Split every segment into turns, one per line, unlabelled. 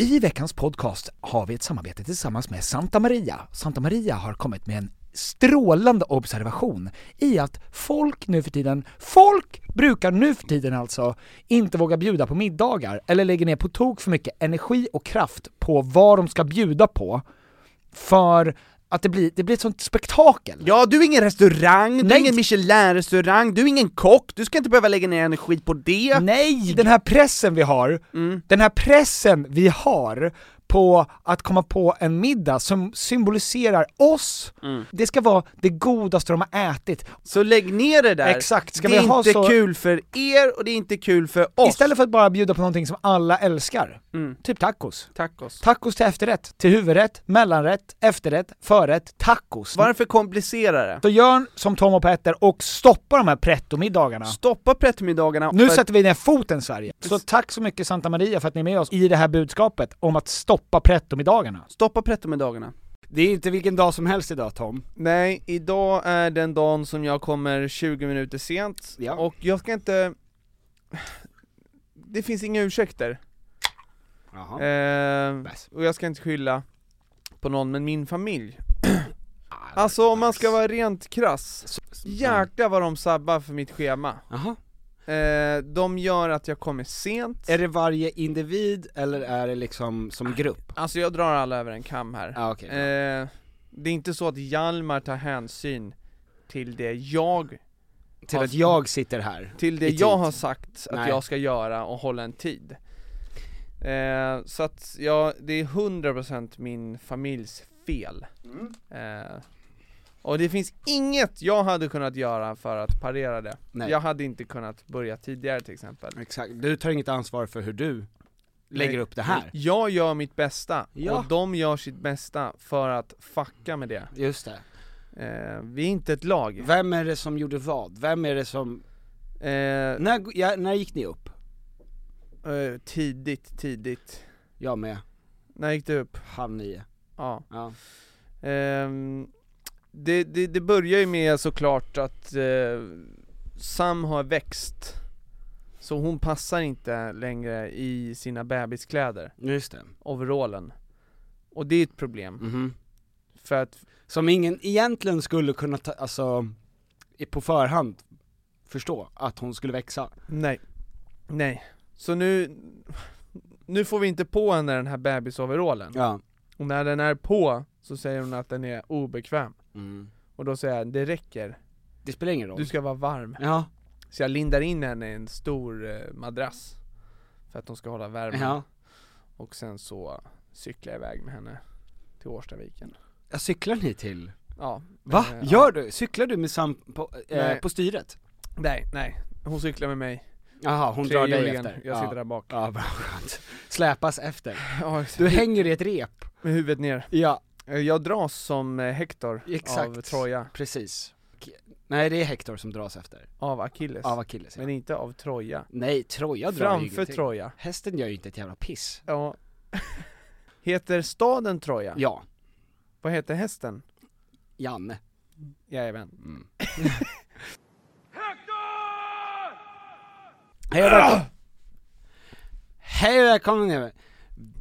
I veckans podcast har vi ett samarbete tillsammans med Santa Maria. Santa Maria har kommit med en strålande observation i att folk nu för tiden, folk brukar nu för tiden alltså inte våga bjuda på middagar eller lägger ner på tok för mycket energi och kraft på vad de ska bjuda på för att det blir, det blir ett sånt spektakel.
Ja, du är ingen restaurang, du är
Nej.
ingen Michelin-restaurang, du är ingen kock, du ska inte behöva lägga ner energi på det.
Nej! Den här pressen vi har, den här pressen vi har på att komma på en middag som symboliserar oss, det ska vara det godaste de har ätit.
Så lägg ner det där.
Exakt, ska
det är
vi ha
inte
så-
kul för er och det är inte kul för oss.
Istället för att bara bjuda på någonting som alla älskar, typ tacos.
Tacos.
Tacos till efterrätt, till huvudrätt, mellanrätt, efterrätt, förrätt, tacos.
Varför komplicera det?
Så gör som Tom och Petter och stoppa de här pretto-middagarna.
Stoppa prettomiddagarna.
Nu
för-
sätter vi ner foten Sverige. Så tack så mycket Santa Maria för att ni är med oss i det här budskapet om att stoppa pretto-middagarna.
Stoppa prettomiddagarna.
Det är inte vilken dag som helst idag Tom.
Nej, idag är den dagen som jag kommer 20 minuter sent,
Ja.
och jag ska inte... Det finns inga ursäkter,
Jaha.
eh,
Bäs.
och jag ska inte skylla på någon, men min familj Alltså om man ska vara rent krass,
mm.
jäklar vad de sabbar för mitt schema
Jaha.
eh, De gör att jag kommer sent,
Är det varje individ eller är det liksom som grupp?
alltså jag drar alla över en kam här
Ja Ah, okej.
eh, Det är inte så att Hjalmar tar hänsyn till det jag
Till
har-
att jag sitter här.
till det
i tid.
jag har sagt att
Nej.
jag ska göra och hålla en tid eh, Så att jag, det är 100% min familjs fel
Mm.
eh, Och det finns inget jag hade kunnat göra för att parera det
Nej.
Jag hade inte kunnat börja tidigare till exempel
Exakt, du tar inget ansvar för hur du lägger
Nej.
upp det här.
Jag gör mitt bästa,
Ja.
och de gör sitt bästa för att fucka med det
Just det.
eh, Vi är inte ett lag
Vem är det som gjorde vad? Vem är det som...
eh,
När, ja, när gick ni upp?
eh, Tidigt, tidigt
Jag med.
När gick du upp?
Halv nio.
Ja
Ja.
Ehm, det, det, det börjar ju med såklart att eh, Sam har växt Så hon passar inte längre i sina bebiskläder,
Just det.
overallen Och det är ett problem,
Mhm.
för att
Som ingen egentligen skulle kunna ta, alltså, i- på förhand förstå att hon skulle växa.
nej, nej Så nu, nu får vi inte på henne den här bebisoverallen
Ja.
Och när den är på så säger hon att den är obekväm
Mm.
Och då säger jag, det räcker,
Det spelar ingen roll.
du ska vara varm
Ja.
Så jag lindar in henne i en stor eh, madrass För att hon ska hålla värmen
ja.
och sen så cyklar jag iväg med henne till Årstaviken
Jag cyklar ni till?
Ja
Va?
eh,
Gör du? Cyklar du med Sam på, eh,
Nej.
på styret?
Nej, nej, hon cyklar med mig
Jaha, hon drar dig
Trehjulingen.
efter?
Jag sitter
ja.
där bak
Ja, bra, skönt. Släpas efter.
ja,
Du hänger i ett rep.
Med huvudet ner
Ja,
Eh, Jag dras som eh, Hector
Exakt.
av Troja,
precis. K- Nej, det är Hector som dras efter.
av Achilles
Av Akilles ja.
Men inte av Troja
Nej, Troja drar ju
Framför
ingenting.
Troja,
Hästen gör ju inte ett jävla piss.
ja Heter staden Troja?
Ja,
Vad heter hästen?
Janne.
Jajamän
Mm. Hej och välkomna! Hej och välkomna ner.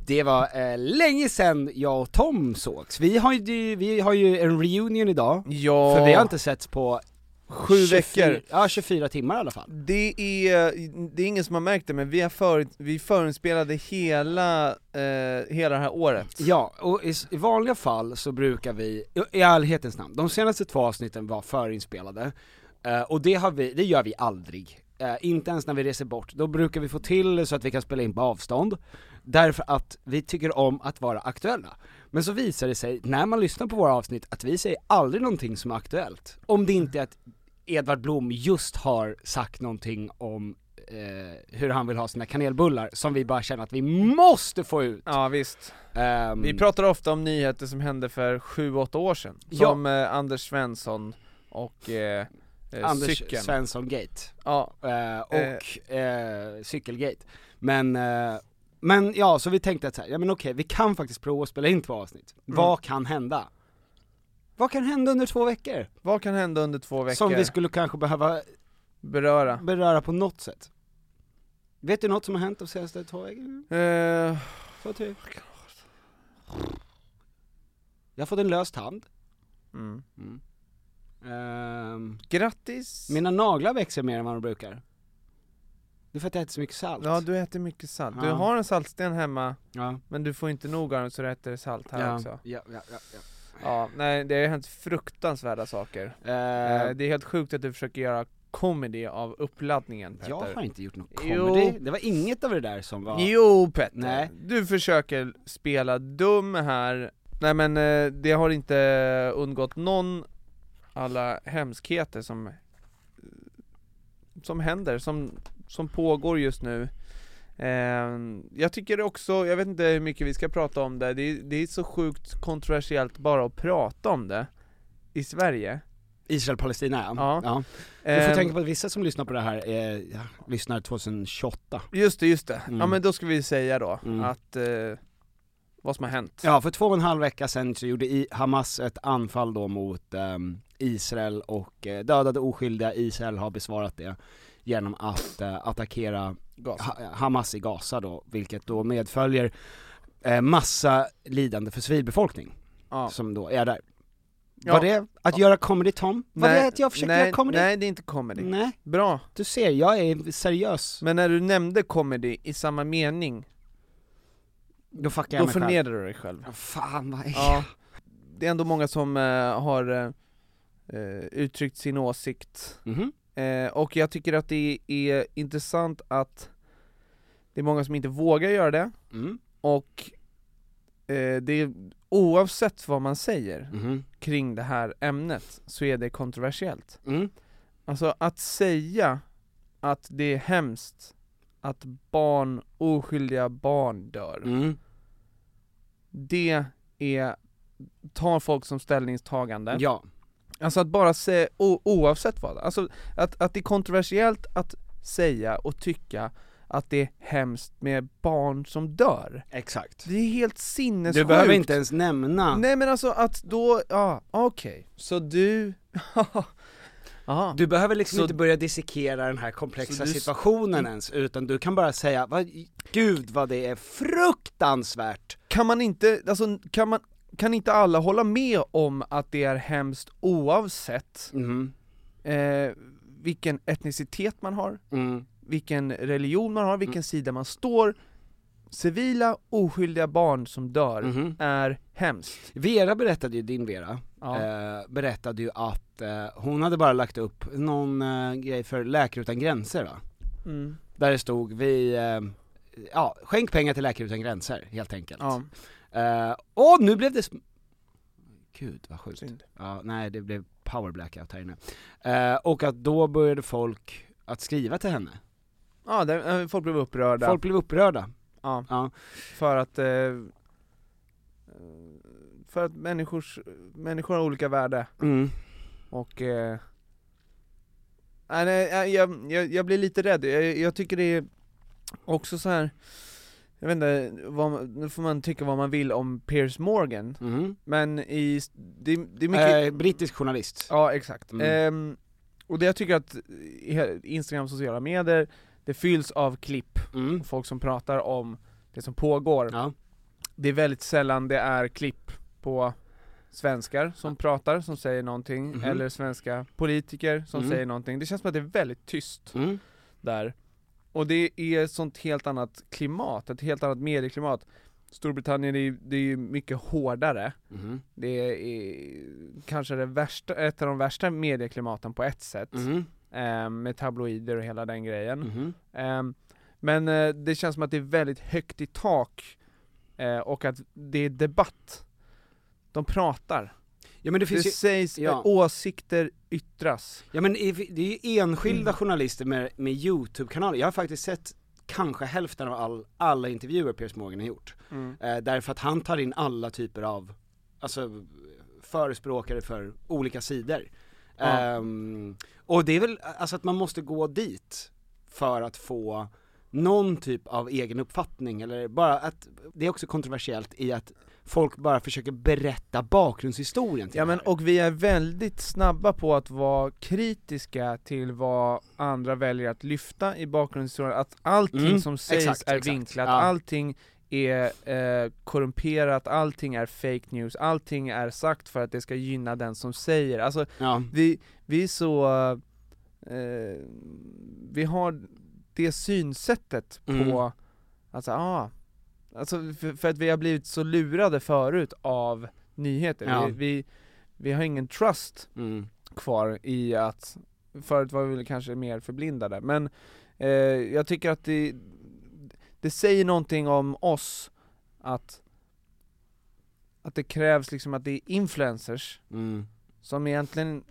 Det var eh, länge sedan jag och Tom sågs. Vi har ju, vi har ju en reunion idag,
Ja
för vi har inte setts på
Sju
24
veckor.
Ja, 24 timmar i alla fall.
Det är, det är ingen som har märkt det men vi, har för, vi förinspelade hela, eh, hela det här året
Ja, och i, s- i vanliga fall så brukar vi, i- i ärlighetens namn, de senaste två avsnitten var förinspelade, eh, och det, har vi, det gör vi aldrig. Eh, inte ens när vi reser bort, då brukar vi få till så att vi kan spela in på avstånd, därför att vi tycker om att vara aktuella. Men så visar det sig, när man lyssnar på våra avsnitt, att vi säger aldrig någonting som är aktuellt. Om det inte är att Edvard Blom just har sagt någonting om eh, hur han vill ha sina kanelbullar, som vi bara känner att vi måste få ut.
Ja visst,
Ehm,
vi pratar ofta om nyheter som hände för 7-8 år sedan
Ja.
Som eh, Anders Svensson och eh, eh,
Anders
cykeln
Svensson-gate,
Ja,
eh, och eh, cykelgate. Men, eh, men ja, så vi tänkte att så här, ja men okej, vi kan faktiskt prova att spela in två avsnitt.
Mm.
Vad kan hända? Vad kan hända under två veckor?
vad kan hända under två veckor?
Som vi skulle kanske behöva
beröra
beröra på något sätt. Vet du något som har hänt de senaste två veckorna?
eh,
två, tre. Jag har fått en lös tand.
Mm.
Ehm,
Grattis!
mina naglar växer mer än vad de brukar. Det är för att jag äter så mycket salt.
Ja, du äter mycket salt. Du
Ja.
har en saltsten hemma,
ja.
men du får inte nog av den så du äter salt här
ja.
också.
Ja, ja, ja, ja.
Ja, nej det har ju hänt fruktansvärda saker.
Ehm,
Eh, det är helt sjukt att du försöker göra comedy av uppladdningen Petter.
jag har inte gjort någon
Jo.
comedy. Det var inget av det där som var...
Jo Petter!
Nej.
Du försöker spela dum här. Nej men eh, det har inte undgått någon alla hemskheter som som händer, som, som pågår just nu. Eh, jag tycker också, jag vet inte hur mycket vi ska prata om det, det är, det är så sjukt kontroversiellt bara att prata om det i Sverige.
Israel-Palestina ja.
Ja.
ja. Du får
Ehm,
tänka på att vissa som lyssnar på det här är, ja, lyssnar 2028.
Just det, just det.
Mm.
Ja men då ska vi säga då
Mm.
att eh, vad som har hänt.
Ja, för två och en halv vecka sedan så gjorde I- Hamas ett anfall då mot ehm, Israel och eh, dödade oskyldiga, Israel har besvarat det genom att eh, attackera
Gaza.
ha- eh, Hamas i Gaza då, vilket då medföljer eh, massa lidande för civilbefolkning
Ja.
som då är där.
Ja.
Var det att göra comedy Tom? Var det att jag försökte
nej,
göra comedy?
Nej, det är inte comedy.
nej,
Bra.
du ser, jag är seriös.
Men när du nämnde comedy i samma mening,
Då fuckar jag
då
mig själv.
förnedrar du dig själv.
Fan vad
Ja. Det är ändå många som eh, har eh, eh, uttryckt sin åsikt.
Mhm.
Eh, och jag tycker att det är intressant att det är många som inte vågar göra det,
Mm.
och eh, det är, oavsett vad man säger
Mhm.
kring det här ämnet så är det kontroversiellt.
Mm.
Alltså att säga att det är hemskt att barn, oskyldiga barn dör,
Mm.
det är, tar folk som ställningstagande.
Ja.
Alltså att bara säga, o- oavsett vad, alltså att, att det är kontroversiellt att säga och tycka att det är hemskt med barn som dör.
Exakt.
Det är helt sinnessjukt!
Du behöver inte ens nämna.
Nej men alltså att då, ja, okej, så du, ja,
Du behöver liksom
Så-
inte börja dissekera den här komplexa
Så du-
situationen ens, utan du kan bara säga vad, gud vad det är fruktansvärt.
kan man inte, alltså kan man, kan inte alla hålla med om att det är hemskt oavsett
Mm.
eh, vilken etnicitet man har,
Mm.
vilken religion man har, vilken sida man står? Civila, oskyldiga barn som dör
Mhm.
är hemskt.
Vera berättade ju, din Vera,
Ja.
eh, berättade ju att eh, hon hade bara lagt upp någon eh, grej för Läkare Utan Gränser va?
Mm.
Där det stod vi, eh, ja, skänk pengar till Läkare Utan Gränser helt enkelt.
Ja.
Eh, åh, nu blev det... Sm- Gud vad sjukt.
Synd.
Ja, nej det blev power blackout här inne. Eh, och att då började folk att skriva till henne.
Ja, där, eh, folk blev upprörda
Folk blev upprörda.
Ja.
Ja.
för att eh, eh, för att människors, människor har olika värde.
Mm.
Och... Eh, nej, nej, jag- jag, jag, jag blir lite rädd, jag, jag tycker det är också så här. Jag vet inte, vad, man- nu får man tycka vad man vill om Piers Morgan,
Mm.
men i, det, det är mycket...
Eh, brittisk journalist.
Ja, exakt.
Mm.
Ehm, och det jag tycker att i- Instagram, sociala medier, det fylls av klipp,
Mm.
folk som pratar om det som pågår.
Ja.
Det är väldigt sällan det är klipp på svenskar som pratar, som säger någonting,
Mhm.
eller svenska politiker som
Mm.
säger någonting. Det känns som att det är väldigt tyst
Mm.
där. Och det är ett sånt helt annat klimat, ett helt annat medieklimat. Storbritannien är ju, det är ju mycket hårdare.
Mm.
Det är kanske det värsta, ett av de värsta medieklimaten på ett sätt,
Mm.
eh, med tabloider och hela den grejen.
Mm.
Ehm, men eh, det känns som att det är väldigt högt i tak eh, och att det är debatt. De pratar,
Ja men det
det,
finns ju,
sägs,
ja.
eh, åsikter yttras.
ja men i- det är ju
Mm.
enskilda journalister med, med YouTube-kanaler. Jag har faktiskt sett kanske hälften av all, alla intervjuer Piers Morgan har gjort. Eh, därför att han tar in alla typer av, alltså förespråkare för olika sidor.
Ja.
Ehm, och det är väl, alltså att man måste gå dit för att få någon typ av egen uppfattning eller bara att, det är också kontroversiellt i att folk bara försöker berätta bakgrundshistorien till
Ja
det
men
här.
och vi är väldigt snabba på att vara kritiska till vad andra väljer att lyfta i bakgrundshistorien, att allting
Mm,
som sägs
exakt,
är
exakt.
vinklat,
Ja.
allting är eh, korrumperat, allting är fake news, allting är sagt för att det ska gynna den som säger. Alltså
Ja.
vi, vi är så, eh, vi har det synsättet
Mm.
på, alltså, ah, alltså för, för att vi har blivit så lurade förut av nyheter.
Ja.
Vi, vi, vi har ingen trust
Mm.
kvar i att, förut var vi väl kanske mer förblindade, men eh, jag tycker att det, det säger någonting om oss att, att det krävs liksom att det är influencers
Mm.
som egentligen,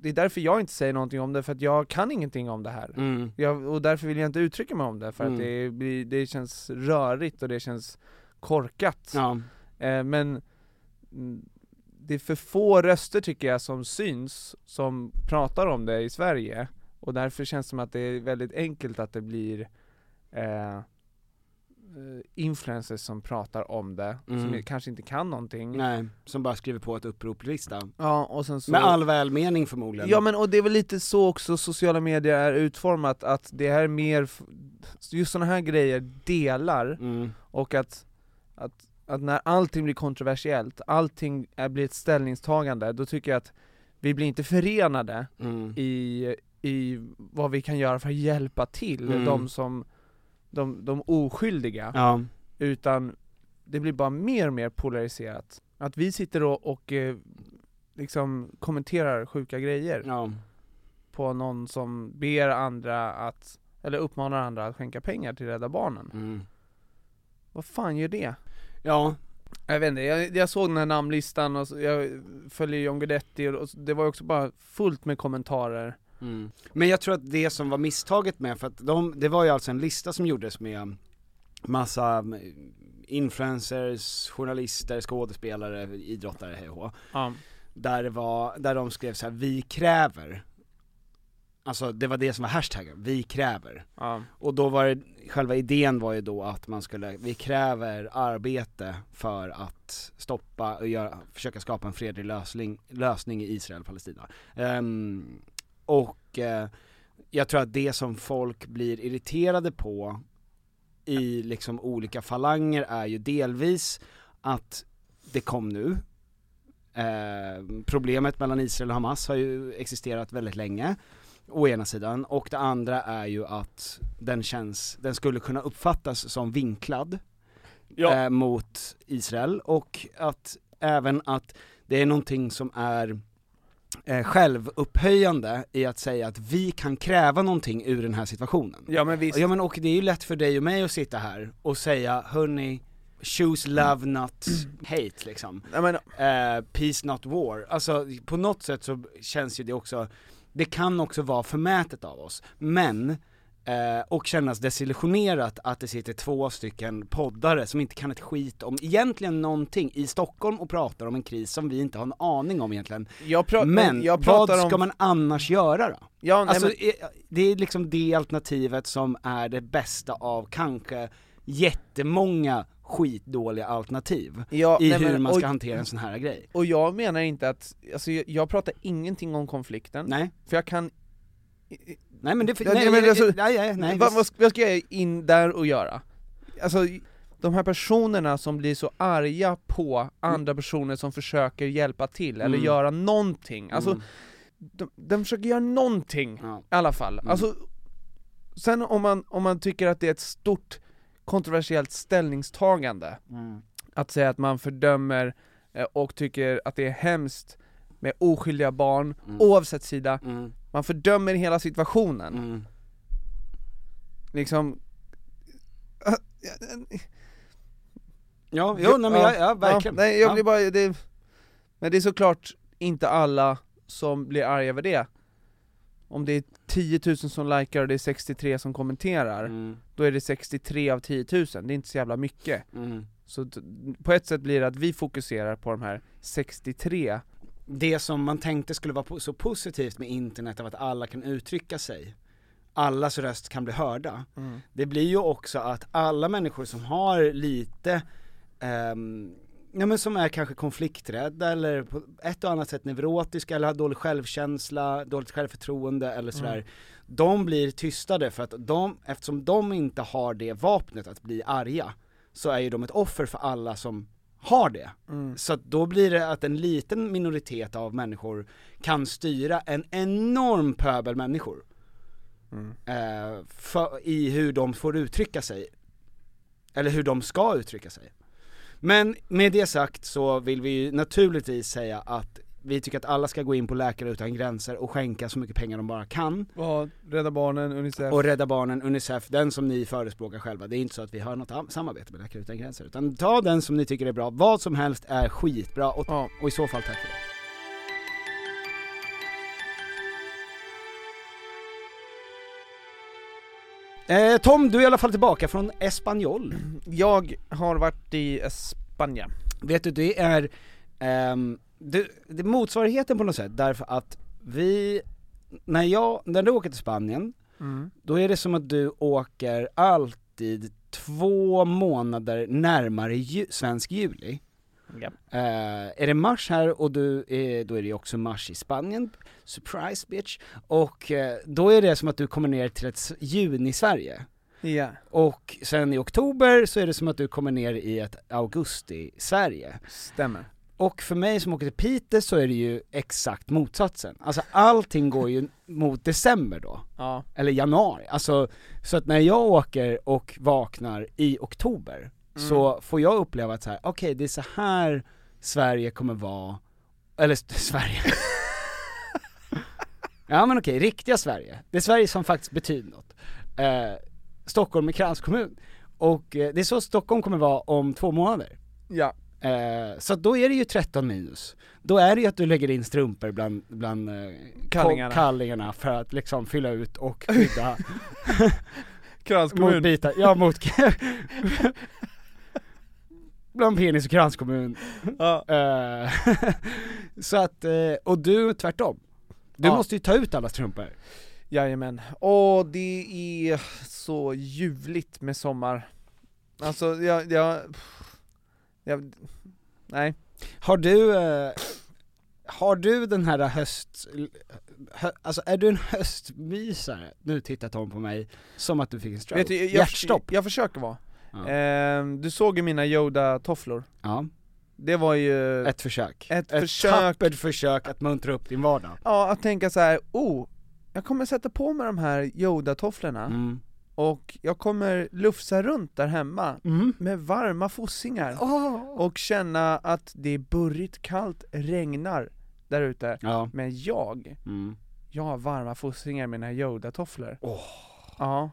det är därför jag inte säger någonting om det, för att jag kan ingenting om det här.
Mm.
Jag, och därför vill jag inte uttrycka mig om det, för
Mm.
att det, blir, det känns rörigt och det känns korkat.
Ja.
Eh, men mm, det är för få röster tycker jag som syns, som pratar om det i Sverige. Och därför känns det som att det är väldigt enkelt att det blir eh, eh, influencers som pratar om det,
Mm.
som kanske inte kan någonting.
Nej, som bara skriver på ett upproplista.
Ja, och sen så...
Med all välmening förmodligen.
Ja men och det är väl lite så också sociala medier är utformat, att det här är mer, f- just sådana här grejer delar,
Mm.
och att, att, att när allting blir kontroversiellt, allting är, blir ett ställningstagande, då tycker jag att vi blir inte förenade
Mm.
i, i vad vi kan göra för att hjälpa till
Mm.
de som, de, de oskyldiga,
Ja.
utan det blir bara mer och mer polariserat. Att vi sitter och, och eh, liksom kommenterar sjuka grejer
Ja.
på någon som ber andra att, eller uppmanar andra att skänka pengar till Rädda Barnen.
Mm.
Vad fan gör det?
Ja.
Jag vet inte, jag, jag såg den här namnlistan och så, jag följer John Guidetti och, och så- det var ju också bara fullt med kommentarer.
Mm. Men jag tror att det som var misstaget med, för att de, det var ju alltså en lista som gjordes med massa mm, influencers, journalister, skådespelare, idrottare, hej och hå.
Ja.
där det var, där de skrev så här: vi kräver. Alltså det var det som var hashtaggen, vi kräver.
ja.
Och då var det, själva idén var ju då att man skulle, vi kräver arbete för att stoppa och göra, försöka skapa en fredlig lösning, lösning i Israel och Palestina. Ehm, och eh, jag tror att det som folk blir irriterade på i liksom olika falanger är ju delvis att det kom nu. Eh, problemet mellan Israel och Hamas har ju existerat väldigt länge, å ena sidan. Och det andra är ju att den känns, den skulle kunna uppfattas som vinklad
Ja.
eh, mot Israel. Och att även att det är någonting som är eh, självupphöjande i att säga att vi kan kräva någonting ur den här situationen.
ja men visst.
Ja men och det är ju lätt för dig och mig att sitta här och säga hörni, choose love not hate liksom.
Nej, men,
Eh, peace not war. Alltså på något sätt så känns ju det också, det kan också vara förmätet av oss, men eh, och kännas desillusionerat att det sitter två stycken poddare som inte kan ett skit om egentligen någonting i Stockholm och pratar om en kris som vi inte har en aning om egentligen.
jag pra-
Men
jag pratar
vad ska
om,
man annars göra då?
ja, nej,
Alltså
men,
eh, det är liksom det alternativet som är det bästa av kanske jättemånga skitdåliga alternativ
ja,
i
nej,
hur
men,
man ska
och,
hantera en sån här grej.
och jag menar inte att, alltså jag, jag pratar ingenting om konflikten,
Nej,
för jag kan
nej men det,
Ja,
nej,
men
nej,
alltså-
nej, nej, nej,
vad, vad, ska- vad ska jag in där och göra? Alltså, de här personerna som blir så arga på andra personer som försöker hjälpa till eller
Mm.
göra någonting, alltså
Mm.
de, de försöker göra någonting
ja.
i alla fall.
Mm.
Alltså, sen om man, om man tycker att det är ett stort kontroversiellt ställningstagande, att säga att man fördömer eh, och tycker att det är hemskt med oskyldiga barn,
Mm.
oavsett sida,
Mm.
man fördömer hela situationen
Mm.
liksom
Ja, jo, nej men jag, ja, verkligen.
Ja, nej, jag
Ja.
blir bara, det, men det är såklart inte alla som blir arga över det. Om det är 10 000 som likar och det är 63 som kommenterar,
Mm.
då är det 63 av 10 000, det är inte så jävla mycket.
Mm.
Så t- på ett sätt blir det att vi fokuserar på de här 63,
Det som man tänkte skulle vara po- så positivt med internet av att alla kan uttrycka sig, allas röst kan bli hörda, det blir ju också att alla människor som har lite, ehm, ja men som är kanske konflikträdda eller på ett och annat sätt neurotiska eller har dålig självkänsla, dåligt självförtroende eller sådär. De blir tystade för att de, eftersom de inte har det vapnet att bli arga, så är ju de ett offer för alla som har det.
Mm.
Så att då blir det att en liten minoritet av människor kan styra en enorm pöbel människor
Mm.
eh, för, i hur de får uttrycka sig. Eller hur de ska uttrycka sig. Men med det sagt så vill vi ju naturligtvis säga att vi tycker att alla ska gå in på Läkare Utan Gränser och skänka så mycket pengar de bara kan.
Ja, Rädda Barnen, Unicef.
Och Rädda Barnen, Unicef, den som ni förespråkar själva. Det är inte så att vi har något am- samarbete med Läkare Utan Gränser. Utan ta den som ni tycker är bra. Vad som helst är skitbra och,
Ja.
och i så fall tack för det. Eh, Tom, du är i alla fall tillbaka från Espanyol.
Jag har varit i Spanien.
Vet du, det är, ehm, det, det är motsvarigheten på något sätt, därför att vi, när jag, när du åker till Spanien, då är det som att du åker alltid två månader närmare ju, svensk juli.
Ja.
Eh, är det mars här och du är, då är det ju också mars i Spanien, surprise bitch. Och eh, då är det som att du kommer ner till ett s- juni-Sverige.
Ja,
Och sen i oktober så är det som att du kommer ner i ett augusti-Sverige.
stämmer.
Och för mig som åker till Piteå så är det ju exakt motsatsen. Alltså allting går ju mot december då
Ja.
eller januari, alltså så att när jag åker och vaknar i oktober så får jag uppleva att så här, okej det är så här Sverige kommer vara, eller s- Sverige Ja men okej, riktiga Sverige. Det är Sverige som faktiskt betyder något. Eh, Stockholm är kranskommun. Och eh, det är så Stockholm kommer vara om två månader.
Ja.
Eh, så att då är det ju 13 minus. Då är det ju att du lägger in strumpor bland, bland eh,
Kallingarna.
ko- kallingarna för att liksom fylla ut och skydda mot
Kranskommun.
bitar, ja mot bland penis och kranskommun.
Ja.
Eh, så att, eh, och du tvärtom. Du
Ja.
måste ju ta ut alla strumpor.
Jajamän. Åh, det är så ljuvligt med sommar. Alltså, jag, jag, jag nej.
Har du, eh, har du den här höst, hö, alltså är du en höstmysare? Nu tittar Tom på mig, som att du fick en stroke.
Vet du, jag, jag,
Hjärtstopp.
jag försöker vara.
Ja.
Ehm, du såg ju mina Yoda-tofflor.
ja,
Det var ju,
ett försök.
Ett försök.
tappert försök att muntra upp din vardag.
ja, att tänka så här. oh, jag kommer sätta på mig de här Yoda-tofflorna
Mm.
och jag kommer lufsa runt där hemma med varma fossingar och känna att det är burrigt kallt, regnar där ute.
Ja.
Men jag,
Mm.
jag har varma fossingar med mina Yoda-tofflor. Ja.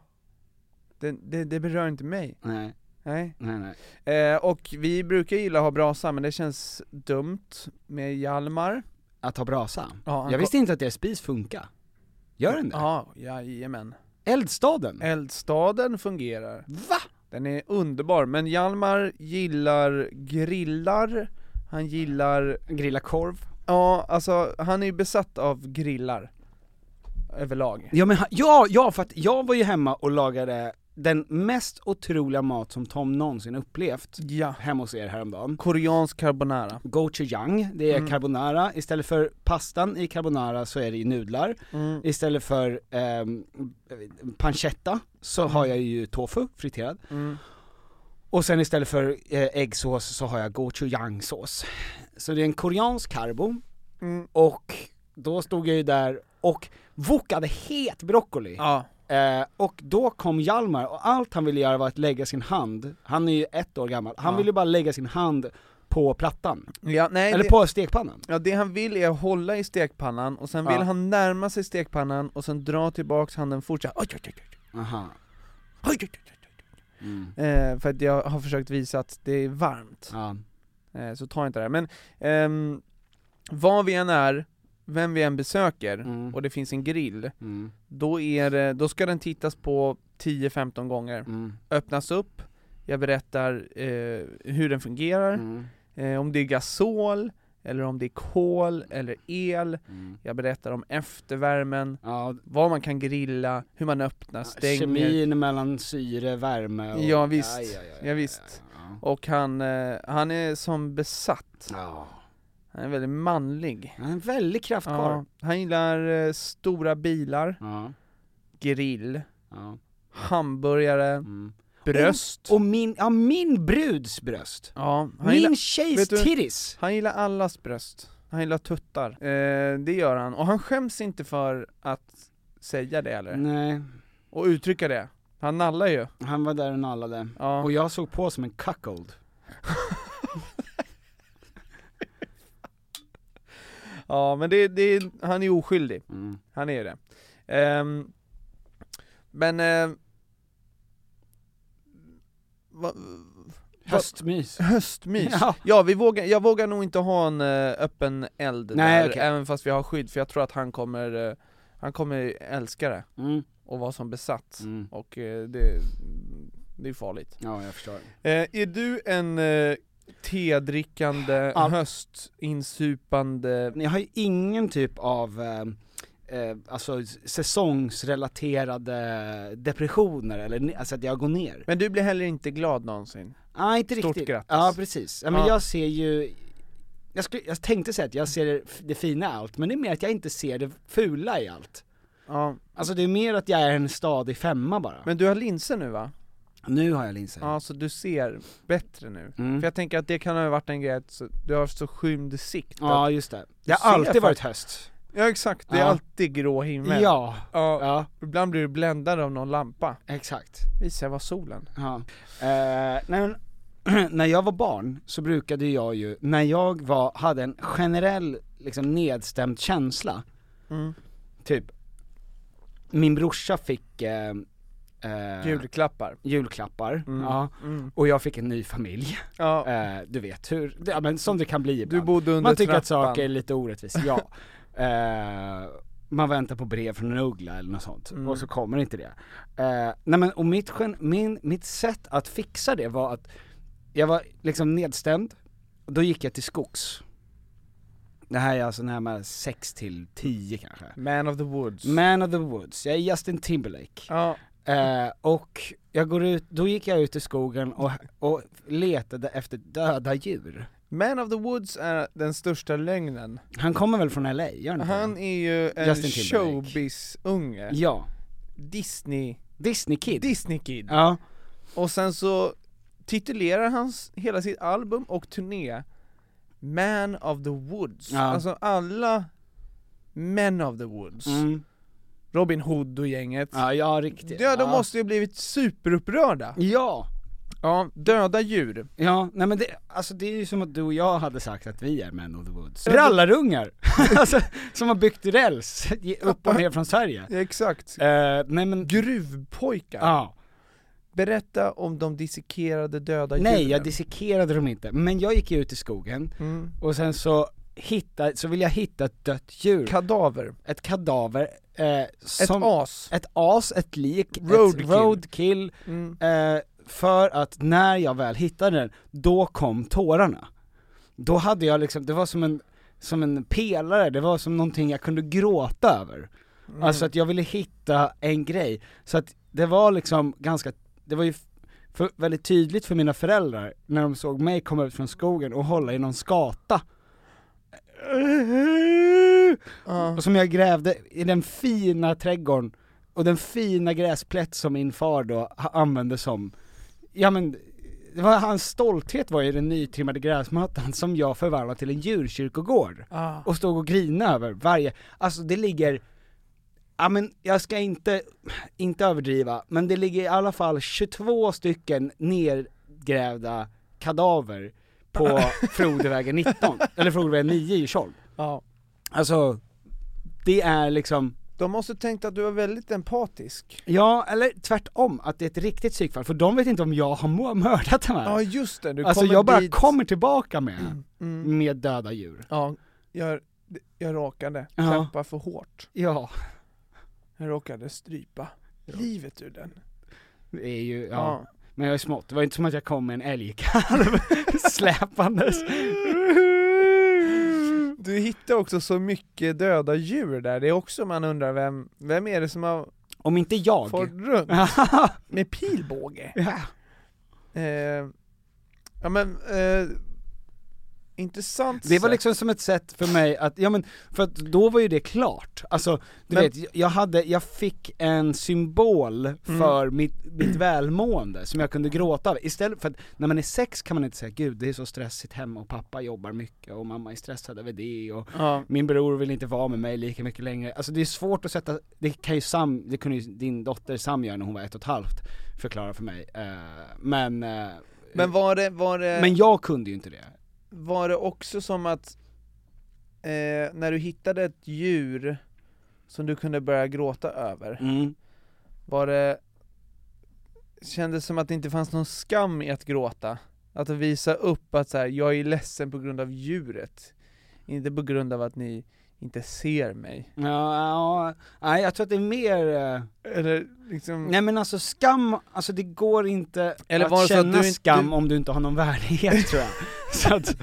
Det, det, det berör inte mig.
Nej,
Nej.
nej, nej.
Eh, och vi brukar gilla att ha brasa, men det känns dumt med Hjalmar.
Att ha brasa?
Ja, han
Jag
ko-
visste inte att deras spis funkar. Gör den det?
Ja, Eh, jajamän.
Eldstaden?
Eldstaden fungerar.
Va?
Den är underbar, men Hjalmar gillar grillar, han gillar,
Grilla korv?
ja alltså han är ju besatt av grillar. Överlag.
Ja men ha- ja, ja för att jag var ju hemma och lagade den mest otroliga mat som Tom någonsin upplevt,
Ja.
hemma hos er häromdagen.
Koreansk carbonara.
Gochujang, det är
Mm.
carbonara, istället för pastan i carbonara så är det ju nudlar,
Mm.
istället för ehm, pancetta så har jag ju tofu friterad,
Mm.
och sen istället för eh, äggsås så har jag gochujangsås. Så det är en koreansk karbo,
Mm.
och då stod jag ju där och vokade het broccoli.
Ja.
Eh, och då kom Hjalmar och allt han ville göra var att lägga sin hand, han är ju ett år gammal, han
Ja.
ville bara lägga sin hand på plattan,
ja, nej
eller
det,
på stekpannan.
ja, det han vill är att hålla i stekpannan, och sen
Ja.
vill han närma sig stekpannan, och sen dra tillbaks handen fort såhär, oj, oj, oj, oj,
Aha.
oj, oj, oj, oj.
Mm.
Eh, För att jag har försökt visa att det är varmt.
Ja.
Eh, Så ta inte det här. Men ehm, vad vi än är, vem vi än besöker,
Mm.
och det finns en grill,
Mm.
då, är det, då ska den tittas på 10-15 gånger.
Mm.
Öppnas upp, jag berättar eh, hur den fungerar,
Mm.
eh, om det är gasol, eller om det är kol eller el.
Mm.
Jag berättar om eftervärmen,
Ja,
vad man kan grilla, hur man öppnar, stänger.
kemin mellan syre, värme och...
Ja, visst.
Aj, aj, aj,
Ja, visst.
Ja,
Och han, eh, han är som besatt.
ja. ja.
Han är väldigt manlig.
Han är en väldig kraftkarl.
Ja, han gillar eh, stora bilar.
Ja.
grill,
Ja.
hamburgare,
Mm.
Bröst.
Och min, ja min bruds bröst.
ja, han, gillar,
Min tjejs
vet du-
tittis.
han gillar allas bröst. Han gillar tuttar. Eh, det gör han. Och han skäms inte för att säga det eller?
Nej,
Och uttrycka det. Han nallar ju.
han var där och nallade.
Ja.
Och jag såg på som en cuckold.
Ja men det, det, han är oskyldig,
Mm.
han är det. Ehm, men... Eh, va,
Höstmys.
höstmys? Ja,
Ja.
vi vågar, jag vågar nog inte ha en eh, öppen eld
Nej,
där,
okej.
även fast vi har skydd, för jag tror att han kommer, eh, han kommer älska det
Mm.
och vara som besatt.
Mm.
Och eh, det, det är farligt.
Ja, jag förstår.
Eh, är du en eh, tedrickande,
All-
höstinsupande...
Jag har ju ingen typ av eh, eh, alltså s- säsongsrelaterade depressioner eller ne- alltså att jag går ner.
Men du blir heller inte glad någonsin?
Nej, inte
Stort
riktigt.
grattis.
Ja, precis. Ja, men
Ja.
jag ser ju jag, skulle, jag tänkte säga att jag ser det, det fina i allt, men det är mer att jag inte ser det fula i allt.
Ja,
Alltså det är mer att jag är en stadig femma bara.
Men du har linser nu va?
nu har jag linser.
Ja, så du ser bättre nu.
Mm.
För jag tänker att det kan ha varit en grej att så- du har så skymd sikt. Att,
Ja, just det. Det
ser
har alltid varit
fakt-
höst.
ja exakt, det är
Ja.
alltid grå himmel.
Ja,
Ja,
ja,
Ibland blir du bländad av någon lampa.
exakt.
Visar vad solen.
Ja. Eh, nej, men, när jag var barn så brukade jag ju, när jag var, hade en generell liksom nedstämd känsla,
Mm.
typ min brorsa fick eh, eh,
Julklappar.
julklappar,
Mm.
ja,
Mm.
och jag fick en ny familj,
Ja,
eh, du vet hur, ja, men som det kan bli
du
ibland.
bodde under
Man tycker
trappan.
att saker är lite orättvist, ja. Eh, man väntar på brev från en uggla eller något sånt,
Mm.
och så kommer inte det. Eh, nej men, och mitt, gen- min, mitt sätt att fixa det var att, jag var liksom nedstämd, och då gick jag till skogs. Det här är alltså närmare 6 till 10 kanske.
Man of the woods.
Man of the Woods, jag är Justin Timberlake.
Ja,
Eh, och jag går ut, då gick jag ut i skogen och, och letade efter döda djur.
Man of the woods är den största lögnen.
Han kommer väl från LA, gör han inte
Han är ju en
Mm. Justin Timberlake.
showbiz-unge.
det? Ja.
Disney,
Disney Kid.
Disney kid.
ja.
Och sen så titulerar han s- hela sitt album och turné Man of the Woods.
Ja.
Alltså alla Män of the Woods.
Mm.
Robin Hood och gänget.
ja,
Ja,
ja riktigt.
de måste ju blivit superupprörda.
Ja.
Ja, döda djur.
Ja, nej men det, alltså det är ju som att du och jag hade sagt att vi är men of the woods. Rallarungar! alltså, som har byggt räls upp och ner från Sverige.
Exakt.
Eh, nej men,
Gruvpojkar.
ja.
Berätta om de dissekerade döda
Nej
djuren.
jag dissekerade dem inte, men jag gick ut i skogen
mm.
och sen så hitta, så vill jag hitta ett dött djur.
Kadaver.
ett kadaver, eh,
Ett
som,
as.
ett as, ett lik,
Roadkill.
ett roadkill,
Mm.
eh, för att när jag väl hittade den, då kom tårarna. Då hade jag liksom, det var som en, som en pelare, det var som någonting jag kunde gråta över.
Mm.
Alltså att jag ville hitta en grej, så att det var liksom ganska, det var ju f- för, väldigt tydligt för mina föräldrar när de såg mig komma ut från skogen och hålla i någon skata.
Ja.
Och som jag grävde i den fina trädgården och den fina gräsplätt som min far då ha- använde som, ja men, det var, hans stolthet var ju den nytrimmade gräsmattan som jag förvandlade till en djurkyrkogård.
Ah.
Och stod och grinade över varje, alltså det ligger, ja men jag ska inte, inte överdriva, men det ligger i alla fall 22 stycken nergrävda kadaver på Frodevägen 19, eller Frodevägen 9 i Tjolv.
Ja.
Alltså, det är liksom,
De måste tänkt att du var väldigt empatisk.
ja eller tvärtom, att det är ett riktigt psykfall, för de vet inte om jag har mö- mördat de här.
Ja just det, du
alltså
kommer
jag bara
dit.
kommer tillbaka med,
Mm.
med döda djur.
Ja, jag, jag råkade
Ja.
klappa för hårt.
Ja,
Jag råkade strypa livet ur den.
det är ju, ja.
Ja.
Men jag är smått, det var inte som att jag kom med en älgkalv släpandes.
Du hittar också så mycket döda djur där, det är också man undrar vem, vem är det som har
Om inte jag.
fått runt med pilbåge?
ja.
Eh, ja men, eh, intressant
Det var
sätt.
liksom som ett sätt för mig att, ja men, för att då var ju det klart. Alltså, du
Men-
vet, jag- jag hade, jag fick en symbol för mitt, mitt välmående som jag kunde gråta av. Istället för att, när man är sex kan man inte säga gud det är så stressigt hemma och pappa jobbar mycket och mamma är stressad över det och
Ja,
min bror vill inte vara med mig lika mycket längre. Alltså det är svårt att sätta, det kan ju Sam, det kunde ju din dotter Sam göra när hon var ett och ett halvt, förklara för mig. Eh, men, eh,
men var det, var det,
men jag kunde ju inte det.
var det också som att eh, när du hittade ett djur som du kunde börja gråta över,
Mm.
var det, kändes som att det inte fanns någon skam i att gråta? Att visa upp att så här, jag är ledsen på grund av djuret, inte på grund av att ni inte ser mig.
Ja, ja, nej jag tror att det är mer,
Mm.
eh,
Eller liksom...
nej men alltså skam, alltså det går inte
Eller var det
att
så att
känna
du inte-
skam
du-
om du inte har någon värdighet tror jag. så, att,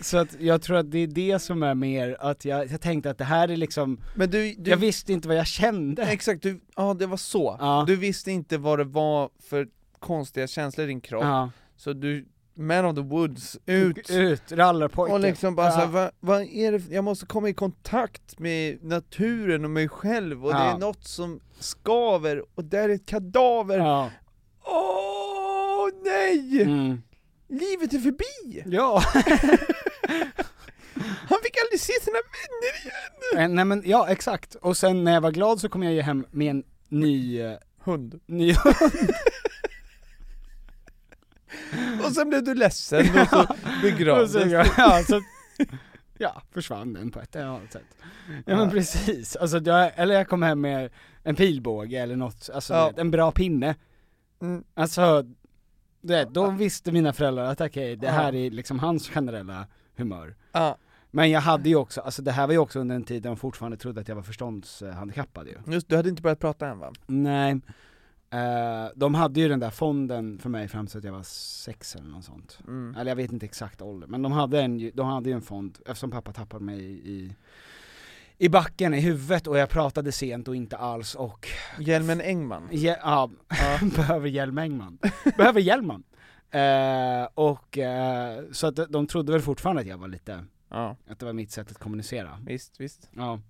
så att jag tror att det är det som är mer att jag, jag tänkte att det här är liksom,
Men du, du
jag visste inte vad jag kände.
exakt, du, ja det var så.
Ja.
Du visste inte vad det var för konstiga känslor i din kropp,
Ja.
så du, man of the woods, ut
Ut, rallarpojke.
och liksom bara såhär,
Ja.
vad, vad är det, för- jag måste komma i kontakt med naturen och mig själv och det
Ja.
är något som skaver och där är ett kadaver.
Ja.
Åh nej!
Mm.
Livet är förbi!
ja.
Han fick aldrig se sina vänner igen!
Eh, Nej men ja, exakt. Och sen när jag var glad så kom jag ju hem med en ny, eh,
Hund.
ny
Och sen blev du ledsen och så
Mm. Och så-
begravdes
ja, så, ja, försvann den på ett eller annat sätt. Ja, men
Ja.
precis, alltså jag, eller jag kom hem med en pilbåge eller något, alltså
Ja.
du vet, en bra pinne.
Mm.
Alltså, du vet, då visste mina föräldrar att okej, det
Ja.
här är liksom hans generella humör.
Ja,
Men jag hade ju också, alltså det här var ju också under en tid där de fortfarande trodde att jag var förståndshandikappad ju.
just du hade inte börjat prata än va?
Nej, Eh, de hade ju den där fonden för mig fram till att jag var sex eller något sånt.
Mm.
Eller jag vet inte exakt ålder, men de hade, en, ju- de hade ju en fond, eftersom pappa tappade mig i, i, i backen i huvudet och jag pratade sent och inte alls och,
Hjelmen Engman.
ja, ja, behöver Hjelm Engman. Behöver Hjelman. Eh, och, eh, så att de trodde väl fortfarande att jag var lite,
Ja,
att det var mitt sätt att kommunicera.
visst, visst.
Ja.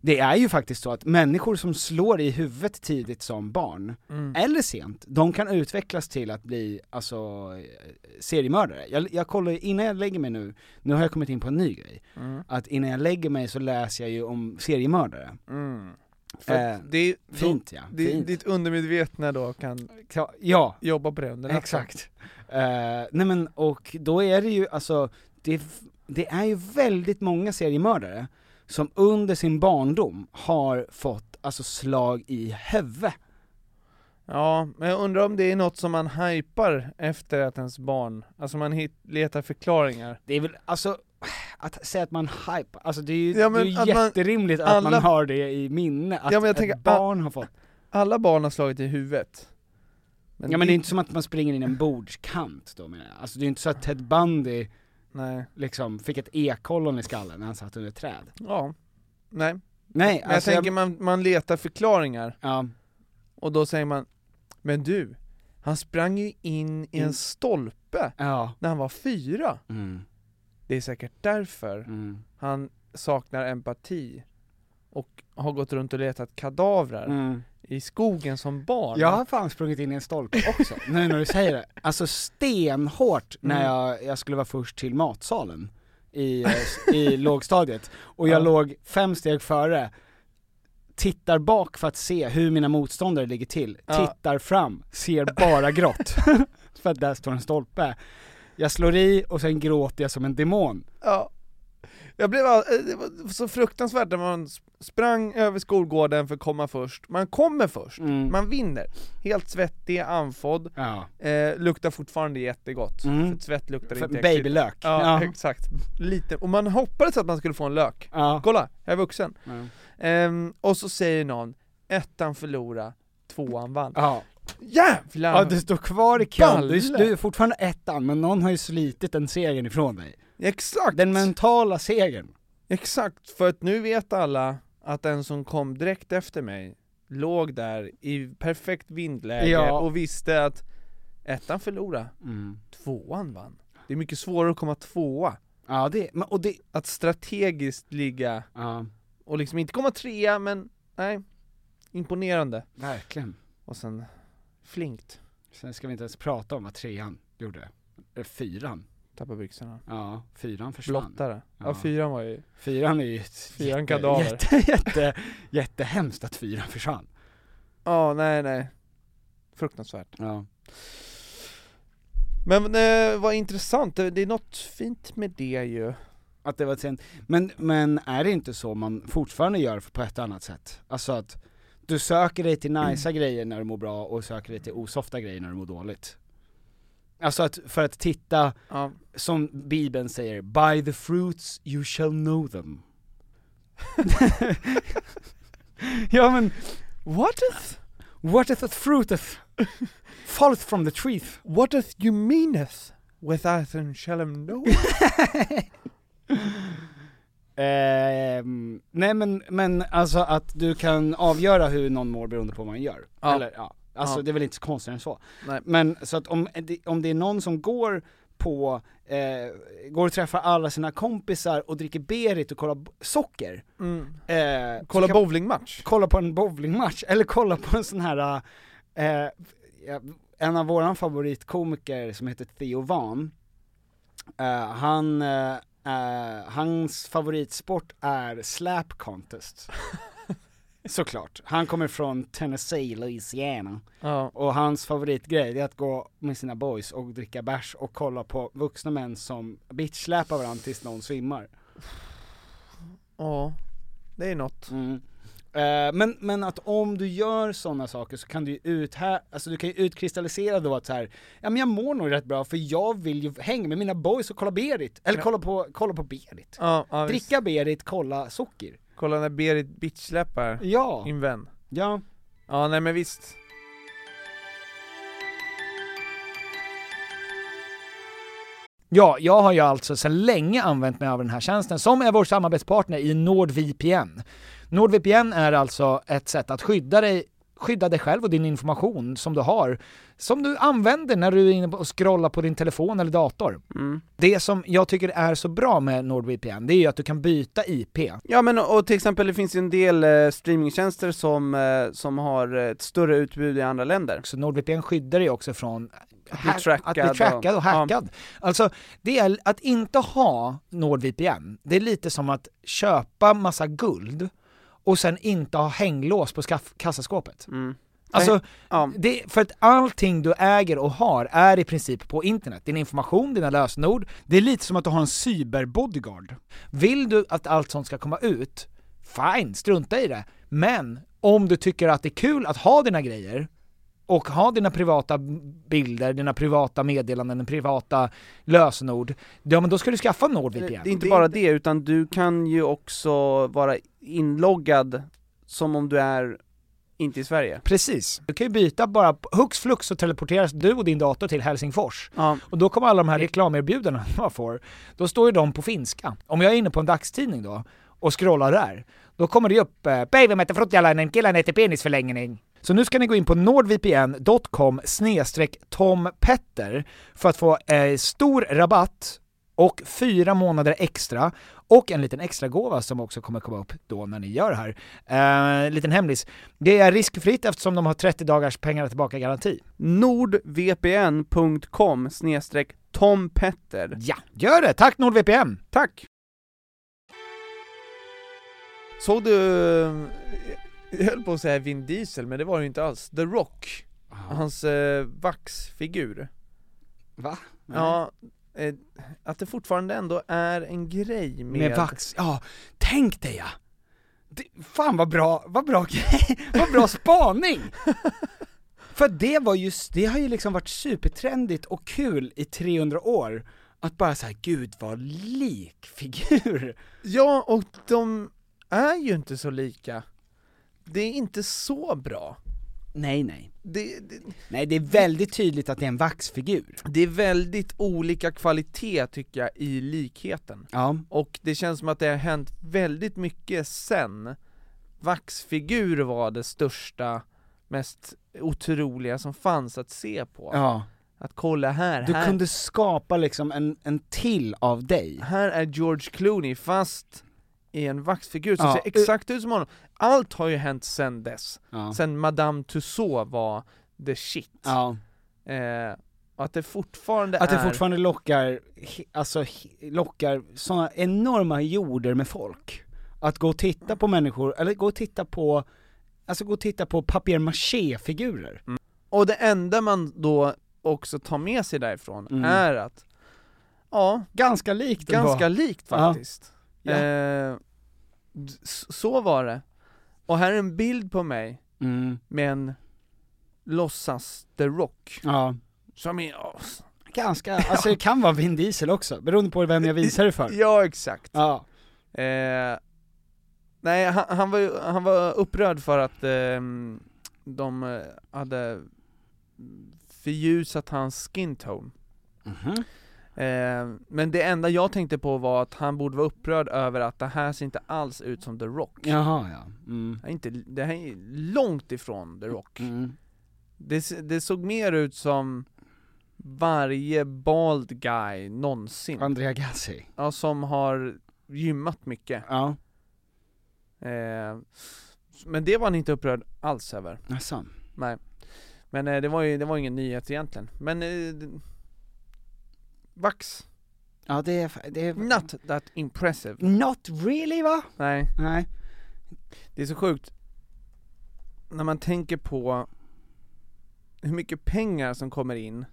Det är ju faktiskt så att människor som slår i huvudet tidigt som barn,
Mm.
eller sent, de kan utvecklas till att bli, alltså, eh, seriemördare. Jag, jag kollar ju, innan jag lägger mig nu, nu har jag kommit in på en ny grej,
Mm.
att innan jag lägger mig så läser jag ju om seriemördare.
Mm. För att
Eh,
det,
Fint ja,
Då, det,
fint.
Ditt undermedvetna då kan
Kla- ja,
jobba på det under natten.
exakt. Eh, nej men, och då är det ju alltså, det, det är ju väldigt många seriemördare som under sin barndom har fått, alltså slag i huvudet.
Ja, men jag undrar om det är något som man hypar efter att ens barn, alltså man hit, letar förklaringar.
Det är väl, alltså, att säga att man hype, alltså det är ju
Ja, men
det är
att
ju
man-
jätterimligt att
alla-
man har det i minne, att
Ja, men jag
ett
tänker,
barn har fått
Alla barn har slagit i huvudet.
Ja men det är
ditt-
inte som att man springer in i en bordskant då menar jag, alltså det är ju inte så att Ted Bundy
Nej.
liksom fick ett ekollon i skallen när han satt under ett träd
Ja. Nej.
Nej,
men jag
alltså
tänker Man, man letar förklaringar
ja,
och då säger man, men du, han sprang ju in i en
Mm.
stolpe
ja,
när han var fyra.
mm,
Det är säkert därför
mm,
han saknar empati och har gått runt och letat kadavrar
mm.
i skogen som barn.
Jag har fan sprungit in i en stolpe också, nu när du säger det. Alltså stenhårt när
Mm.
jag, jag skulle vara först till matsalen i, eh, s- i lågstadiet. Och jag
Ja.
låg fem steg före, tittar bak för att se hur mina motståndare ligger till,
Ja.
tittar fram, ser bara grått. för att där står en stolpe. Jag slår i och sen gråter jag som en demon.
Ja. Jag blev all... eh, det var så fruktansvärt när man sp- sprang över skolgården för att komma först. Man kommer först,
Mm.
man vinner. Helt svettig, andfådd,
Ja.
eh, luktar fortfarande jättegott.
Mm.
För att svett luktar
För
inte äckligt.
babylök.
Ja,
ja.
exakt. Lite. Och man hoppades att man skulle få en lök.
ja.
Kolla, jag är vuxen.
ja.
Ehm, och så säger någon, ettan förlora, tvåan vann.
ja.
Jävlar!
Ja du står kvar i kön, du,
Balle.
du är fortfarande ettan men någon har ju slitit den segern ifrån dig.
Exakt!
Den mentala segern.
Exakt, för att nu vet alla att den som kom direkt efter mig låg där i perfekt vindläge
Ja.
och visste att ettan förlorade,
Mm.
tvåan vann. Det är mycket svårare att komma tvåa.
Ja, det, men, och det,
Att strategiskt ligga,
ja,
och liksom inte komma trea, men nej. Imponerande.
verkligen.
Och sen, flinkt.
Sen ska vi inte ens prata om vad trean gjorde. Eller fyran.
Tappa byxorna.
Ja, fyran försvann.
Blottare. Ja,
Ja.
fyran var ju,
Fyran är ju ett
fyran
jätte-
kadaver.
Jätte, jätte, jättehemskt att fyran försvann.
Ja, nej nej. Fruktansvärt.
Ja.
Men eh, vad intressant, det, det är något fint med det ju.
Att det var ett sent. Men, men är det inte så man fortfarande gör på ett annat sätt? Alltså att du söker dig till nicea
Mm.
grejer när du mår bra och söker dig till osofta grejer när du mår dåligt. Alltså att, för att titta,
Ja.
som bibeln säger, by the fruits you shall know them. ja men,
What if,
what is that fruiteth? Falleth from the treeth.
what if you meaneth without and shall him know?
Ehm, nej men, men alltså att du kan avgöra hur någon mår beroende på vad man gör.
Ja.
Eller, ja. Alltså
Ja.
det är väl inte så konstigt än så.
Nej.
Men så att om, det- om det är någon som går på, eh, går och träffar alla sina kompisar och dricker Berit och kollar b- socker,
Mm.
eh,
Kolla
så kan-
bowlingmatch.
kolla på en bowlingmatch, eller kolla på en sån här, eh, ja, en av våran favoritkomiker som heter Theo Van, eh, han, eh, eh, hans favoritsport är slap contest. Såklart. Han kommer från Tennessee, Louisiana,
Ja.
och hans favoritgrej är att gå med sina boys och dricka bärs och kolla på vuxna män som bitchsläpar varandra tills någon svimmar.
ja, det är något.
Mm. Eh, men, men att om du gör sådana saker så kan du ju uthär, alltså du kan ju utkristallisera då att så här, ja men jag mår nog rätt bra för jag vill ju hänga med mina boys och kolla Berit, eller
Ja.
kolla på, kolla på Berit.
Ja, ja, visst.
Dricka Berit, kolla socker.
Kolla när Berit bitchsläpar
Ja.
din vän.
Ja.
Ja, nej men visst.
Ja, jag har ju alltså sedan länge använt mig av den här tjänsten som är vår samarbetspartner i NordVPN. NordVPN är alltså ett sätt att skydda dig, skydda dig själv och din information som du har, som du använder när du är inne på- och scrollar på din telefon eller dator.
Mm.
Det som jag tycker är så bra med NordVPN, det är ju att du kan byta IP.
Ja men och till exempel det finns ju en del eh, streamingtjänster som, eh, som har ett större utbud i andra länder.
Så NordVPN skyddar dig också från att
bli trackad
att bli trackad och
och-
hackad. Alltså, det är att inte ha NordVPN, det är lite som att köpa massa guld och sen inte ha hänglås på skaff- kassaskåpet.
Mm.
Alltså,
Ja.
det, för att allting du äger och har är i princip på internet. Din information, dina lösenord. Det är lite som att du har en cyberbodyguard. Vill du att allt sånt ska komma ut, fine, strunta i det. Men om du tycker att det är kul att ha dina grejer och ha dina privata bilder, dina privata meddelanden, dina privata lösenord, ja men då ska du skaffa
Det
NordVPN.
är inte bara det, utan du kan ju också vara inloggad som om du är inte i Sverige.
Precis. Du kan ju byta bara, hux flux så teleporteras du och din dator till Helsingfors.
Ja.
Och då kommer alla de här reklamerbjudandena man får, då står ju de på finska. Om jag är inne på en dagstidning då och scrollar där, då kommer det upp eh, “Päivä mätte fruttjalainen, killen heter penisförlängning”. Så nu ska ni gå in på nordvpn.com tompetter för att få eh, stor rabatt och fyra månader extra och en liten extra gåva som också kommer komma upp då när ni gör det här. Eh, en liten hemlis. Det är riskfritt eftersom de har 30 dagars pengar tillbaka-garanti.
Nordvpn.com snedstreck Tom Petter.
Ja, gör det! Tack NordVPN!
Tack!
Såg du, eh, jag höll på att säga Vin Diesel, men det var det ju inte alls. The Rock, hans eh, vaxfigur.
Va?
Ja, eh, att det fortfarande ändå är en grej med...
Med vax, ja, tänk dig ja! Det, fan vad bra, vad bra grej, vad bra spaning! För det var just, det har ju liksom varit supertrendigt och kul i 300 år, att bara såhär, gud vad lik figur!
Ja, och de är ju inte så lika. Det är inte så bra.
Nej nej.
Det, det,
Nej det är väldigt tydligt att det är en vaxfigur.
det är väldigt olika kvalitet tycker jag i likheten.
Ja.
Och det känns som att det har hänt väldigt mycket sen Vaxfigur var det största, mest otroliga som fanns att se på.
Ja.
Att kolla här,
Du
här,
kunde skapa liksom en, en till av dig.
här är George Clooney fast i en vaxfigur som
Ja.
ser exakt ut som honom. Allt har ju hänt sen dess.
Ja.
Sen Madame Tussauds var the shit.
Ja.
Eh, och att det fortfarande
Att det
är...
fortfarande lockar, he- alltså he- lockar sådana enorma jorder med folk. Att gå och titta på människor, eller gå och titta på, alltså gå och titta på papier-maché-figurer.
Och det enda man då också tar med sig därifrån
Mm.
är att, ja,
Ganska likt den
ganska
var.
likt
Ja.
faktiskt.
Ja.
Eh, d- s- så var det. Och här är en bild på mig
Mm.
med en låtsas The Rock,
Ja.
som är, ja, s-
Ganska, alltså det kan vara Vin Diesel också, beroende på vem jag visar det för.
ja exakt.
Ja.
Eh, nej, han, han, var, ju- han var upprörd för att ehm, de eh, hade förljusat hans skin tone.
Mhm.
Eh, men det enda jag tänkte på var att han borde vara upprörd över att det här ser inte alls ut som The Rock.
Jaha ja. Mm.
Det här är inte, det här är långt ifrån The Rock.
Mm.
Det, s- det såg mer ut som varje bald guy någonsin.
Andrea Gassi.
Ja, som har gymmat mycket.
Ja.
Eh, men det var han inte upprörd alls över.
Jaså.
Nej. Men eh, det var ju det var ingen nyhet egentligen. Men... Eh, d- vax.
Ja det är, det är...
Not that impressive.
Not really va?
Nej.
Nej.
Det är så sjukt när man tänker på hur mycket pengar som kommer in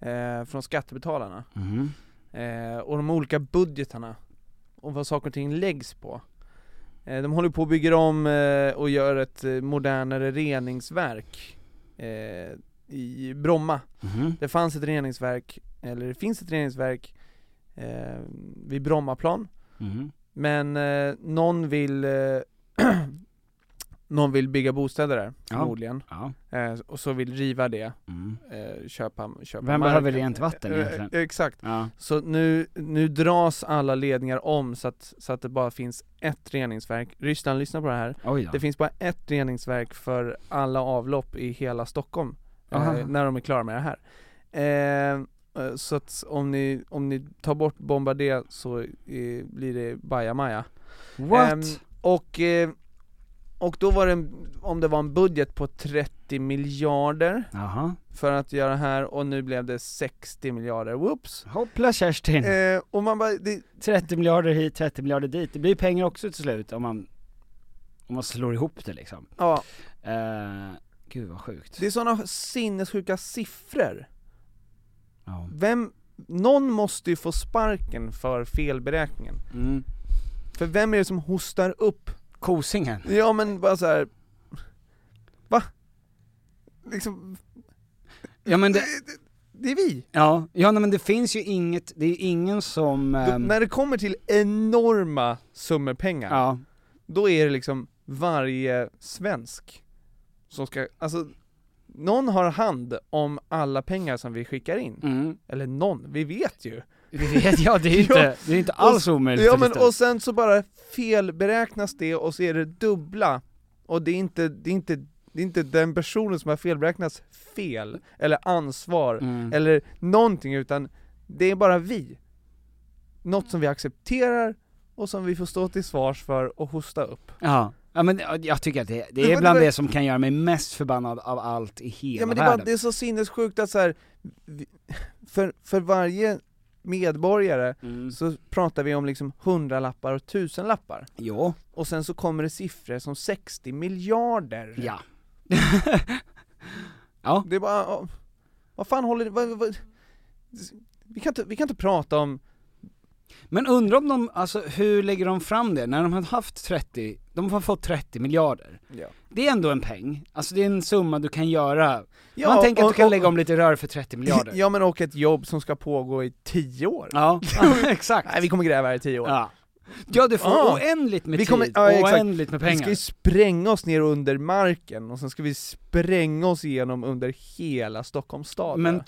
eh, från skattebetalarna
Mm.
eh, och de olika budgetarna och vad saker och ting läggs på. Eh, de håller på och bygger om eh, och gör ett eh, modernare reningsverk eh, i Bromma.
Mhm.
Det fanns ett reningsverk, eller det finns ett reningsverk eh, vid Brommaplan
Mhm.
men eh, någon vill eh, Någon vill bygga bostäder där,
Ja.
förmodligen.
Ja.
Eh, och så vill riva det,
Mm.
eh, köpa, köpa
Vem
marken.
behöver rent vatten
Eh, eh,
egentligen?
Exakt.
Ja.
Så nu, nu dras alla ledningar om så att, så att det bara finns ett reningsverk. Ryssland, lyssna på det här.
Oj då.
Det finns bara ett reningsverk för alla avlopp i hela Stockholm.
Aha.
Eh, när de är klara med det här. Eh, eh, så att om ni, om ni tar bort Bombardier så eh, blir det bajamaja.
What?
Ehm, och, eh, och då var det, en, om det var en budget på 30 miljarder
Jaha.
för att göra det här och nu blev det 60 miljarder, whoops!
Hoppla Kerstin.
Eh, och man bara, det,
30 miljarder hit, 30 miljarder dit. Det blir pengar också till slut om man, om man slår ihop det liksom.
ja,
Eh, gud vad sjukt.
det är sådana sinnessjuka siffror.
Ja.
Vem, någon måste ju få sparken för felberäkningen.
Mm.
För vem är det som hostar upp?
Kosingen.
Ja men bara så här. va? Liksom,
Ja men det,
det, det, det är vi!
ja, ja nej, men det finns ju inget, det är ingen som...
Då,
ehm,
när det kommer till enorma summor pengar,
ja.
då är det liksom varje svensk som ska, alltså någon har hand om alla pengar som vi skickar in.
Mm.
Eller någon, vi vet ju.
Vi vet, ja det är ju
Ja.
inte, det är inte alls omöjligt
Ja
att
men
lista ut.
och sen så bara felberäknas det och så är det dubbla. Och det är inte, det är inte, det är inte den personen som har felberäknats fel, eller ansvar,
mm.
eller någonting utan det är bara vi. Något som vi accepterar och som vi får stå till svars för och hosta upp.
Ja. ja men ja, jag tycker att det,
Ja,
det är
men
bland
det var-
det som kan göra mig mest förbannad av allt i hela
Ja men det är, bara,
världen.
det är så sinnessjukt att så här, vi- för, för varje medborgare
Mm.
så pratar vi om liksom hundralappar och tusenlappar.
Jo.
Och sen så kommer det siffror som 60 miljarder.
Ja.
Det är bara, ja, vad fan håller det, vad, vad, vi, kan inte, vi kan inte prata om,
Men undrar om de, alltså hur lägger de fram det? När de har haft 30, de har fått 30 miljarder.
ja.
Det är ändå en peng, alltså det är en summa du kan göra.
Ja,
Man tänker att
och-
du kan
och-
lägga om lite rör för 30 miljarder.
Ja men och ett jobb som ska pågå i 10 år.
Ja, exakt.
Nej vi kommer gräva här i 10 år.
ja. ja, du får
Ja.
oändligt med
Vi kommer-
tid,
ja, exakt.
oändligt med
Vi ska
pengar.
ju spränga oss ner under marken och sen ska vi spränga oss igenom under hela Stockholms stad.
Men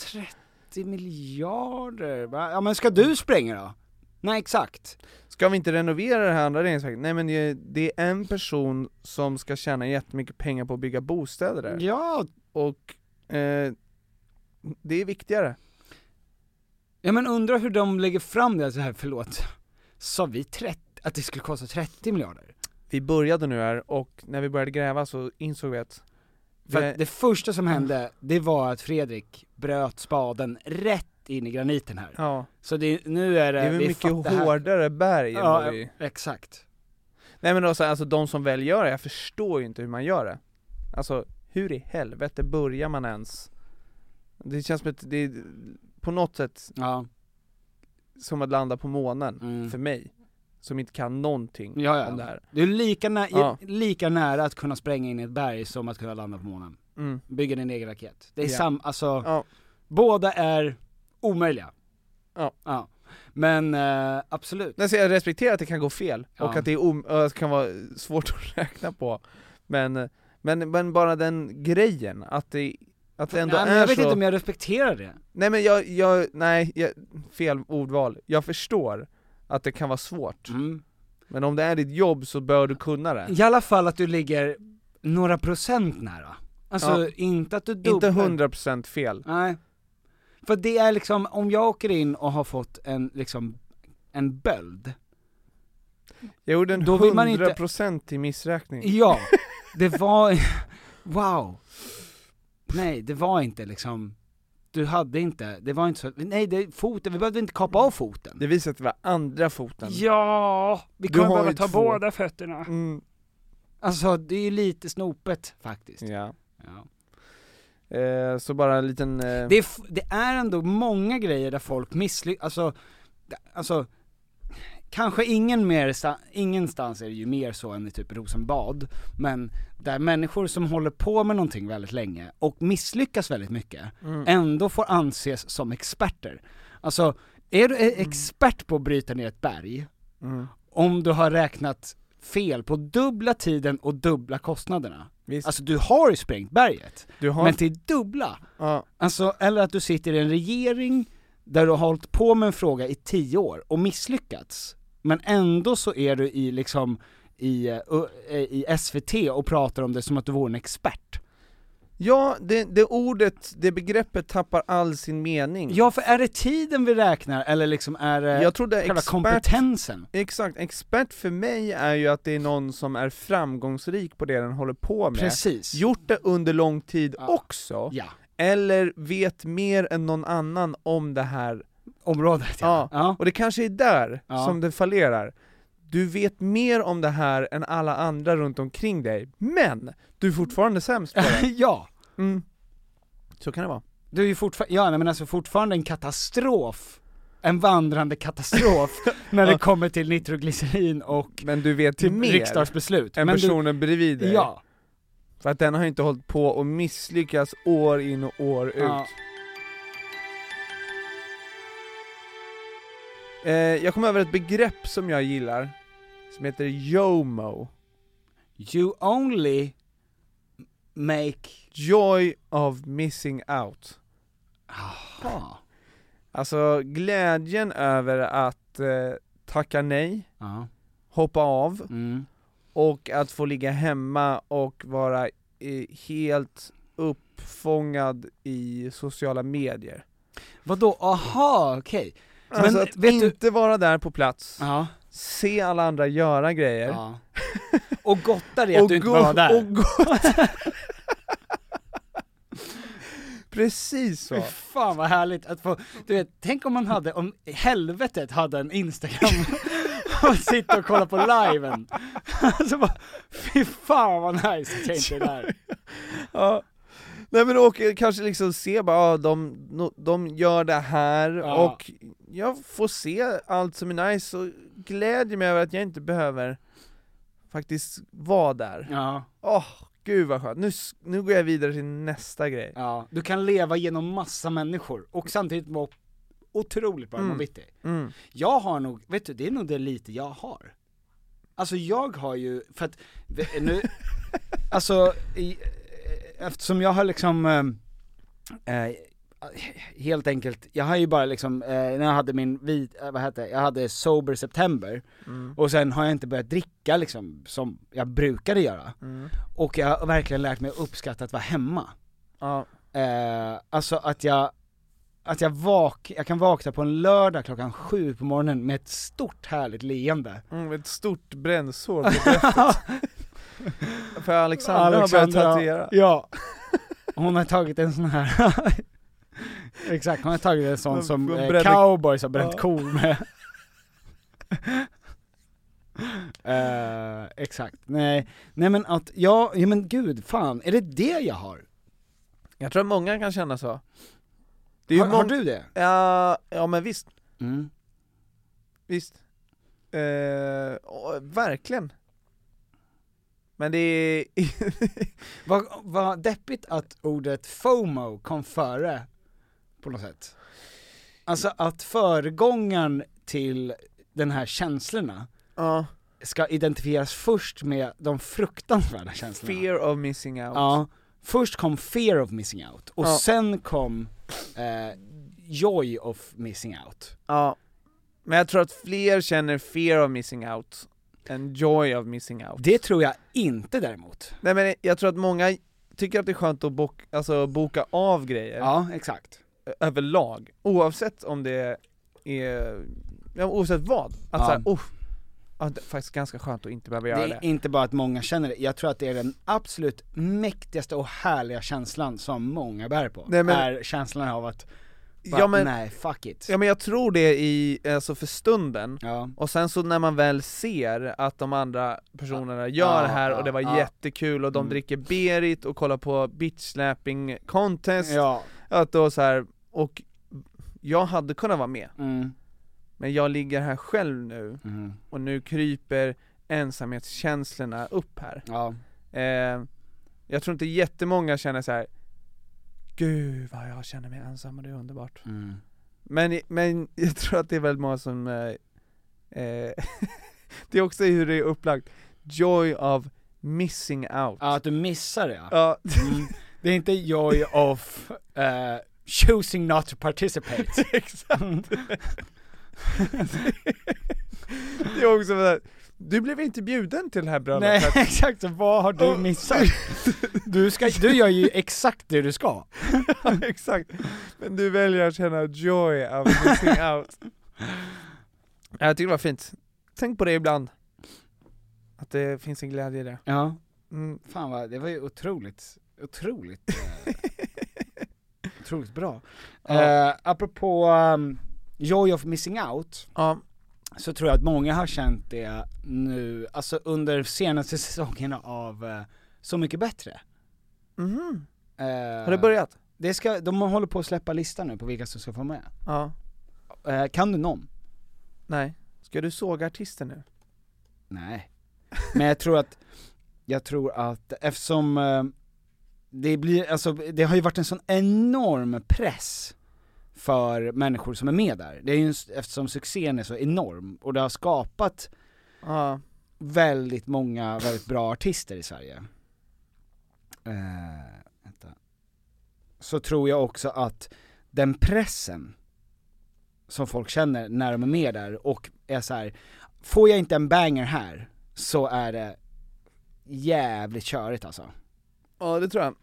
30 miljarder, va? ja men ska du spränga då? Nej exakt.
Ska vi inte renovera det här andra reningsverket? Nej men det- det är en person som ska tjäna jättemycket pengar på att bygga bostäder där.
Ja,
Och eh, Det är viktigare.
Ja men undrar hur de lägger fram det så här, förlåt. Sa vi 30, att det skulle kosta 30 miljarder?
Vi började nu här och när vi började gräva så insåg vi att
För
Nej.
att det första som hände, det var att Fredrik bröt spaden rätt in i graniten här.
ja,
Så det, nu är
det
det,
är väl
vi
mycket
fattar här.
hårdare berg än
Ja,
vad vi...
exakt.
Nej men alltså, alltså de som väl gör det, jag förstår ju inte hur man gör det. Alltså hur i helvete börjar man ens? Det känns som att det är på något sätt
Ja.
som att landa på månen,
Mm.
för mig. Som inte kan någonting
Ja, ja.
om det här.
Du är lika, nä-
Ja.
lika nära att kunna spränga in i ett berg som att kunna landa på månen.
Mm.
Bygga din egen raket. Det är
Ja.
sam, alltså,
Ja.
båda är omöjliga.
Ja.
Men eh, absolut.
Nej, så jag respekterar att det kan gå fel, och
Ja.
att det är om, ö, kan vara svårt att räkna på Men, men, men bara den grejen, att det, att det ändå
Nej, men
är
jag vet
så
inte om jag respekterar det.
Nej men jag, jag, nej, jag, fel ordval, jag förstår att det kan vara svårt
Mm.
Men om det är ditt jobb så bör du kunna det
I alla fall att du ligger några procent nära. Alltså inte att du dubblar.
Inte 100% fel
Nej. För det är liksom, om jag åker in och har fått en, liksom, en böld.
Jag gjorde en
Då vill man inte-
100% i missräkning
Ja, det var, wow. Nej, det var inte liksom, du hade inte, det var inte så, nej det, foten, vi behövde inte kapa av foten.
Det visar att det var andra foten
Ja, vi
Du
kommer
har
behöva
ju
ta
två.
båda fötterna.
mm.
Alltså det är lite snopet faktiskt.
Ja,
Ja.
eh, så bara en liten eh,
Det, är, f- det är ändå många grejer där folk misslyckas, alltså, d- alltså Kanske ingen mer, sta- ingenstans är det ju mer så än i typ Rosenbad, men där människor som håller på med någonting väldigt länge och misslyckas väldigt mycket,
mm.
ändå får anses som experter. Alltså, är du e- expert på att bryta ner ett berg,
Mm.
om du har räknat fel på dubbla tiden och dubbla kostnaderna?
Visst.
Alltså du har ju sprängt berget,
Du har,
men till dubbla!
ja,
Alltså, eller att du sitter i en regering där du har hållit på med en fråga i tio år och misslyckats, men ändå så är du i liksom i, eh, ö- eh, i SVT och pratar om det som att du vore en expert.
ja det, det ordet, det begreppet tappar all sin mening
Ja, för är det tiden vi räknar eller liksom är det
Mm. Jag trodde
själva
expert,
kompetensen?
exakt, expert för mig är ju att det är någon som är framgångsrik på det den håller på med
Precis.
Gjort det under lång tid
Ja.
också,
Ja,
eller vet mer än någon annan om det här
området ja. ja.
Och det kanske är där
Ja.
som det fallerar. Du vet mer om det här än alla andra runt omkring dig, men du är fortfarande sämst på det.
ja.
Mm. Så kan det vara.
Du är ju fortfarande, ja nej, men alltså fortfarande en katastrof, en vandrande katastrof när det
Ja.
kommer till nitroglycerin och
Men du vet
till
mer
riksdagsbeslut.
än
Men du-
personen bredvid dig.
Ja.
För att den har ju inte hållit på och misslyckats år in och år ut.
ja.
Eh, jag kom över ett begrepp som jag gillar, som heter JOMO.
You only make...
Joy of missing out.
Aha.
Alltså glädjen över att eh, tacka nej,
Ja.
hoppa av,
Mm.
Och att få ligga hemma och vara eh, helt uppfångad i sociala medier.
Vadå, aha, okej. Men
alltså att
vet du-
inte vara där på plats,
Ja.
se alla andra göra grejer.
ja. Och gotta dig att du inte var där.
och gå- Precis
Fy
så.
fan vad härligt att få, du vet, tänk om man hade, om helvetet hade en instagram och sitta och kolla på liven. Alltså bara, fy fan vad nice att jag inte är där.
Ja. Nej men och eh, kanske liksom se bara, ja, de, no, de gör det här
Ja.
och jag får se allt som är nice och glädjer mig över att jag inte behöver faktiskt vara där.
Ja,
Åh, gud vad skönt. Nu, s- nu går jag vidare till nästa grej.
ja. Du kan leva genom massa människor och samtidigt vara otroligt varm
Mm.
och bitter.
Mm.
Jag har nog, vet du, det är nog det lite jag har. Alltså jag har ju, för att, v- nu, alltså, i, eh, eftersom jag har liksom, eh, eh, helt enkelt, jag har ju bara liksom, eh, när jag hade min, vid, eh, vad heter det, jag hade sober september,
Mm.
och sen har jag inte börjat dricka liksom, som jag brukade göra.
Mm.
Och jag har verkligen lärt mig att uppskatta att vara hemma.
Ja,
eh, alltså att jag, att jag, vak, jag kan vakna på en lördag klockan sju på morgonen med ett stort härligt leende.
Mm, ett stort brännsår på bröstet. För Alexandra, har börjat tatuera.
ja. Hon har tagit en sån här Exakt, hon har tagit en sån
Hon-
som
hon
eh,
brände-
cowboys har bränt
Ja.
kor med Eh, Exakt, nej, nej men att, ja, ja men gud, fan, är det det jag har?
Jag tror att många kan känna så. Det är ju
har, har
mång-
du det?
Ja, ja men visst,
Mm.
visst. Eh, och, verkligen. Men det är...
Vad vad deppigt att ordet FOMO kom före, på något sätt. Alltså att föregångaren till den här känslorna
Ja,
ska identifieras först med de fruktansvärda känslorna.
fear of missing out.
Ja, först kom fear of missing out, och
Ja.
sen kom eh, joy of missing out.
Ja. Men jag tror att fler känner fear of missing out än joy of missing out.
Det tror jag inte däremot.
Nej men jag tror att många tycker att det är skönt att bok, alltså, boka av grejer
Ja, exakt.
ö- överlag, oavsett om det är, ja, oavsett vad. Att
Ja.
såhär, oh, ja, det är faktiskt ganska skönt att inte behöva
Det
göra det.
är inte bara att många känner det, jag tror att det är den absolut mäktigaste och härliga känslan som många bär på.
Nej, men-
Är känslan av att, bara,
Ja men,
nej fuck it.
ja men jag tror det i, alltså för stunden,
Ja.
och sen så när man väl ser att de andra personerna gör
Ja,
det här
ja,
och det var
ja.
jättekul och de
Mm.
dricker Berit och kollar på bitch-slapping contest,
Ja.
att då så här, och jag hade kunnat vara med,
Mm.
men jag ligger här själv nu
Mm.
och nu kryper ensamhetskänslorna upp här.
Ja.
Eh, jag tror inte jättemånga känner så här. Gud vad jag känner mig ensam och det är underbart.
Mm.
Men, men jag tror att det är väldigt många som eh, eh, Det är också hur det är upplagt. Joy of missing out.
ja, att du missar det ja.
Ja,
Mm. Det är inte joy of eh, choosing not to participate. Mm.
exakt. det är också så här, du blev inte bjuden till det här
Nej
bröllopet.
exakt, så vad har du
Oh.
missat? Du, ska, du gör ju exakt det du ska.
Exakt, men du väljer att känna joy of missing out. Ja, Jag tycker det var fint. Tänk på det ibland. Att det finns en glädje i det.
Ja,
Mm.
fan vad, det var ju otroligt, otroligt, eh, otroligt bra.
Ja.
Eh, apropå um, joy of missing out,
Ja,
så tror jag att många har känt det nu, alltså under senaste säsongerna av eh, Så Mycket Bättre.
Mhm.
Eh,
Har det börjat?
Det ska, de håller på att släppa listan nu på vilka som ska få med.
Ja.
Eh, kan du någon?
Nej. Ska du såga artister nu?
Nej. Men jag tror att, jag tror att eftersom eh, det blir, alltså det har ju varit en sån enorm press för människor som är med där. Det är ju en, s- eftersom succén är så enorm och det har skapat
Ja.
väldigt många väldigt bra artister i Sverige. Eh, vänta. Så tror jag också att den pressen som folk känner när de är med där och är så här. får jag inte en banger här så är det jävligt körigt alltså.
Ja, det tror jag.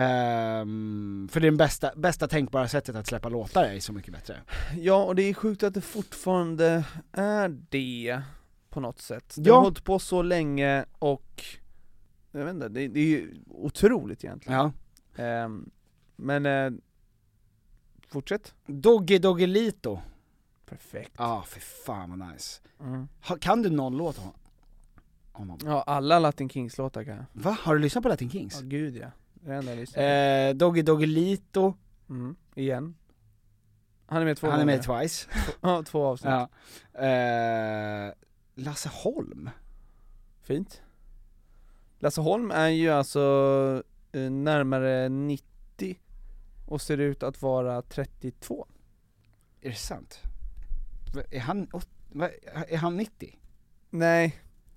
Ehm, för det är det bästa, bästa tänkbara sättet att släppa låtar är Så Mycket Bättre.
Ja, och det är sjukt att det fortfarande är det på något sätt. Det
Ja.
har hållit på så länge och jag vet inte, det, det är ju otroligt egentligen.
Ja.
Ehm, men eh, fortsätt.
Doggy Doggelito,
Perfekt.
ja ah, för fan vad nice.
Mm.
Ha, kan du någon låt om honom?
Ja, alla Latin Kings-låtar kan jag.
Va? Har du lyssnat på Latin Kings?
Ja, gud ja. Det är det enda jag lyssnar på.
Eh, Doggy Doggelito,
mm. Igen. Han är med två
han är med i
gånger.
Twice.
Ja, två avsnitt.
Ja. Eh, Lasse Holm?
Fint. Lasse Holm är ju alltså eh, närmare 90 och ser ut att vara 32.
Är det sant? Va- Är han, åt- va- är han 90?
Nej,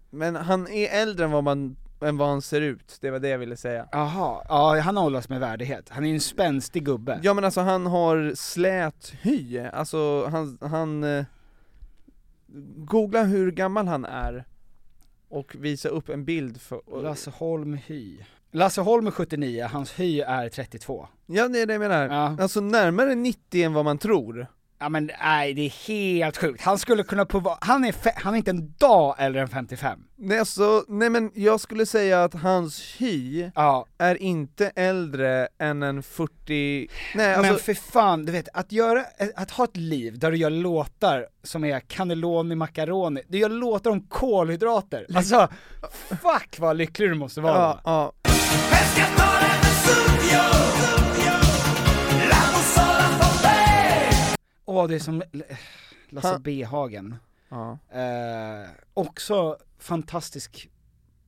men han är äldre än vad, man, än vad han ser ut. Det var det jag ville säga.
Jaha, ja han har åldrats med värdighet. Han är ju en spänstig gubbe.
Ja men alltså han har slät hy, alltså han, han eh, Googla hur gammal han är och visa upp en bild för,
Lasse Holm Hy. Lasse Holm är 79, hans hy är 32.
Ja det är det jag menar.
Ja.
Alltså närmare 90 än vad man tror.
Ja men nej, det är helt sjukt. Han skulle kunna på va- han är, fe- han är inte en dag äldre än 55.
Nej, alltså, nej men jag skulle säga att hans hy
Ja,
är inte äldre än en 40, nej
men
alltså,
för fan, du vet, att göra, eh, att ha ett liv där du gör låtar som är cannelloni macaroni, du gör låtar om kolhydrater. Alltså, fuck vad lycklig du måste vara.
ja, ja.
Åh, det är som L- eh, Lasse
Han-
B Hagen.
ja.
Eh, också fantastisk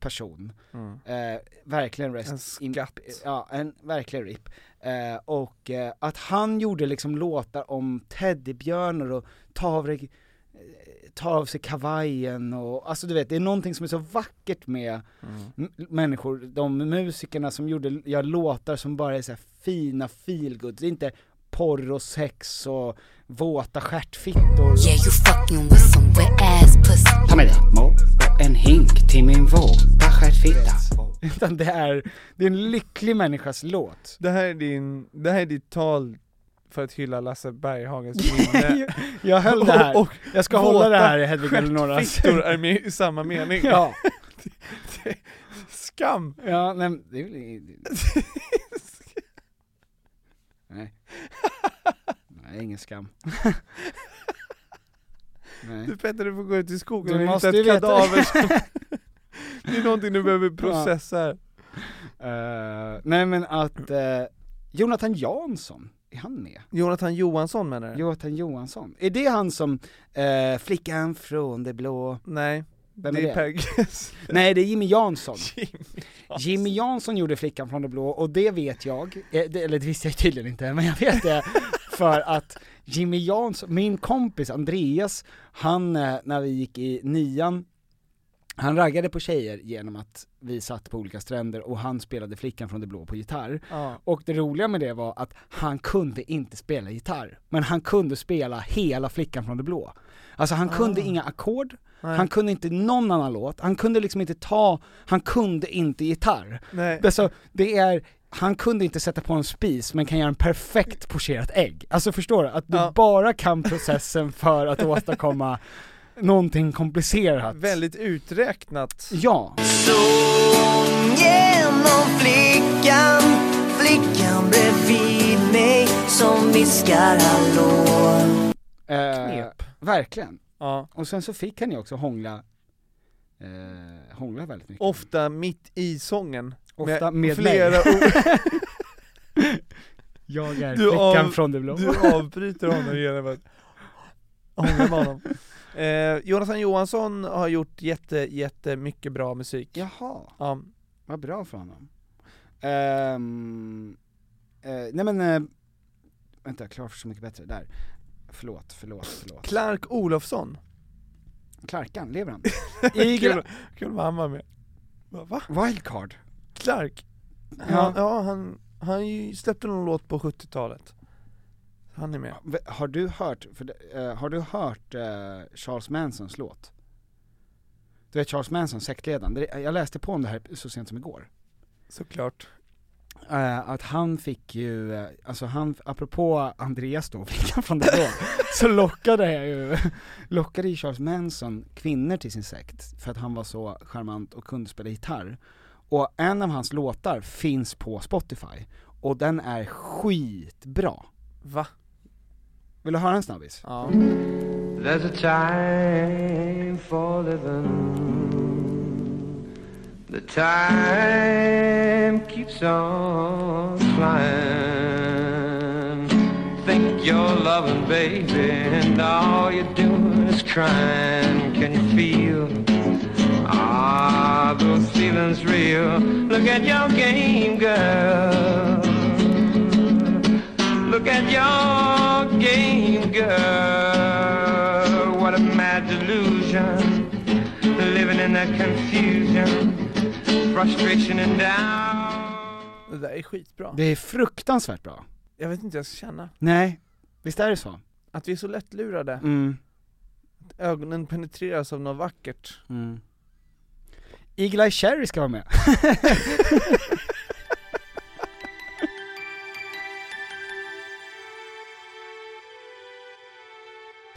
person.
Mm.
Eh, verkligen rest
En
in- eh,
skatt.
Ja, en verklig RIP. Eh, och eh, att han gjorde liksom låtar om teddybjörnar och ta av, dig- eh, ta av sig kavajen och, alltså du vet, det är någonting som är så vackert med
Mm.
m- människor, de musikerna som gjorde, gör låtar som bara är så här fina feelgood. det är inte porr och sex och våta stjärtfittor.
Yeah, you fucking with some wet ass pussy.
Ta med dig en hink till min våta stjärtfitta.
Utan det är, det är en lycklig människas låt.
Det här är din, det här är ditt tal för att hylla Lasse Berghagens minne.
Jag höll det här,
Och, och
jag ska hålla det
våta
här i Hedvig Eleonoras
Victor är med i samma mening.
Ja,
Skam!
ja nej, men det är väl ingen- Nej. Nej, ingen skam. Nej.
Du Petter, du får gå ut i skogen
Du
och
måste
hitta
ju
ett
veta.
kadaver som... Det är någonting du behöver processa här.
Eh, nej men att, eh, Jonathan Jansson, är han med?
Jonathan Johansson menar du?
Jonathan Johansson, är det han som, eh, flickan från det blå?
Nej,
Vem
det
är
är,
det?
Per Gessle.
Nej det är Jimmy Jansson.
Jimmy Jansson.
Jimmy Jansson gjorde Flickan från det blå och det vet jag, eh, det, eller det visste jag tydligen inte, men jag vet det för att Jimmy Jansson, min kompis Andreas, han eh, när vi gick i nian, han raggade på tjejer genom att vi satt på olika stränder och han spelade Flickan från det blå på gitarr.
Ja.
Och det roliga med det var att han kunde inte spela gitarr, men han kunde spela hela Flickan från det blå. Alltså han kunde inga ackord,
Nej.
han kunde inte någon annan låt, han kunde liksom inte ta, han kunde inte gitarr.
Nej.
Alltså, det är, han kunde inte sätta på en spis men kan göra en perfekt pocherat ägg. Alltså förstår du? Att du
Ja.
bara kan processen för att åstadkomma någonting komplicerat.
Väldigt uträknat.
Ja,
genom flickan Flickan bredvid mig som viskar hallå
eh,
Knep.
verkligen.
Ja.
Och sen så fick han ju också hångla, eh, hångla väldigt mycket.
Ofta mitt i sången.
Ofta med
flera
mig.
ord.
Jag är
Du
flickan
av-
från det blå.
Du avbryter honom genom att hångla med honom. Eh, Jonathan Johansson har gjort jätte, jättemycket bra musik.
Jaha.
Ja.
Vad bra för honom. Ehm, eh, nej men, eh, vänta, klar för Så Mycket Bättre, där. Förlåt, förlåt, förlåt.
Clark Olofsson.
Klarkan, lever han?
kul, kul vad han var med. Va? va?
Wildcard.
Clark?
Ja.
Ja, ja han, han ju släppte någon låt på 70-talet. Han är med.
V- Har du hört, för, det- eh, har du hört eh, Charles Mansons låt? Du vet Charles Manson, sektledaren, Det- jag läste på om det här så sent som igår.
Såklart.
Eh, att han fick ju, eh, alltså han, apropå Andreas då, flickan från det då, så lockade jag ju, lockade ju Charles Manson kvinnor till sin sekt för att han var så charmant och kunde spela gitarr. Och en av hans låtar finns på Spotify, och den är skitbra.
Va?
Vill du höra en snabbis?
Ja.
There's a time for living. The time keeps on flying. Think you're loving, baby, and all you're doing is crying. Can you feel? Ah, those feelings real. Look at your game, girl. Look at your game, girl. What a mad delusion. Living in that confusion, frustration and doubt.
Det där är skitbra.
Det är fruktansvärt bra.
Jag vet inte, jag ska känna.
Nej, visst är det så?
Att vi är så lättlurade.
Mm.
Ögonen penetreras av något vackert.
Mm. Eagle-Eye Cherry ska vara med.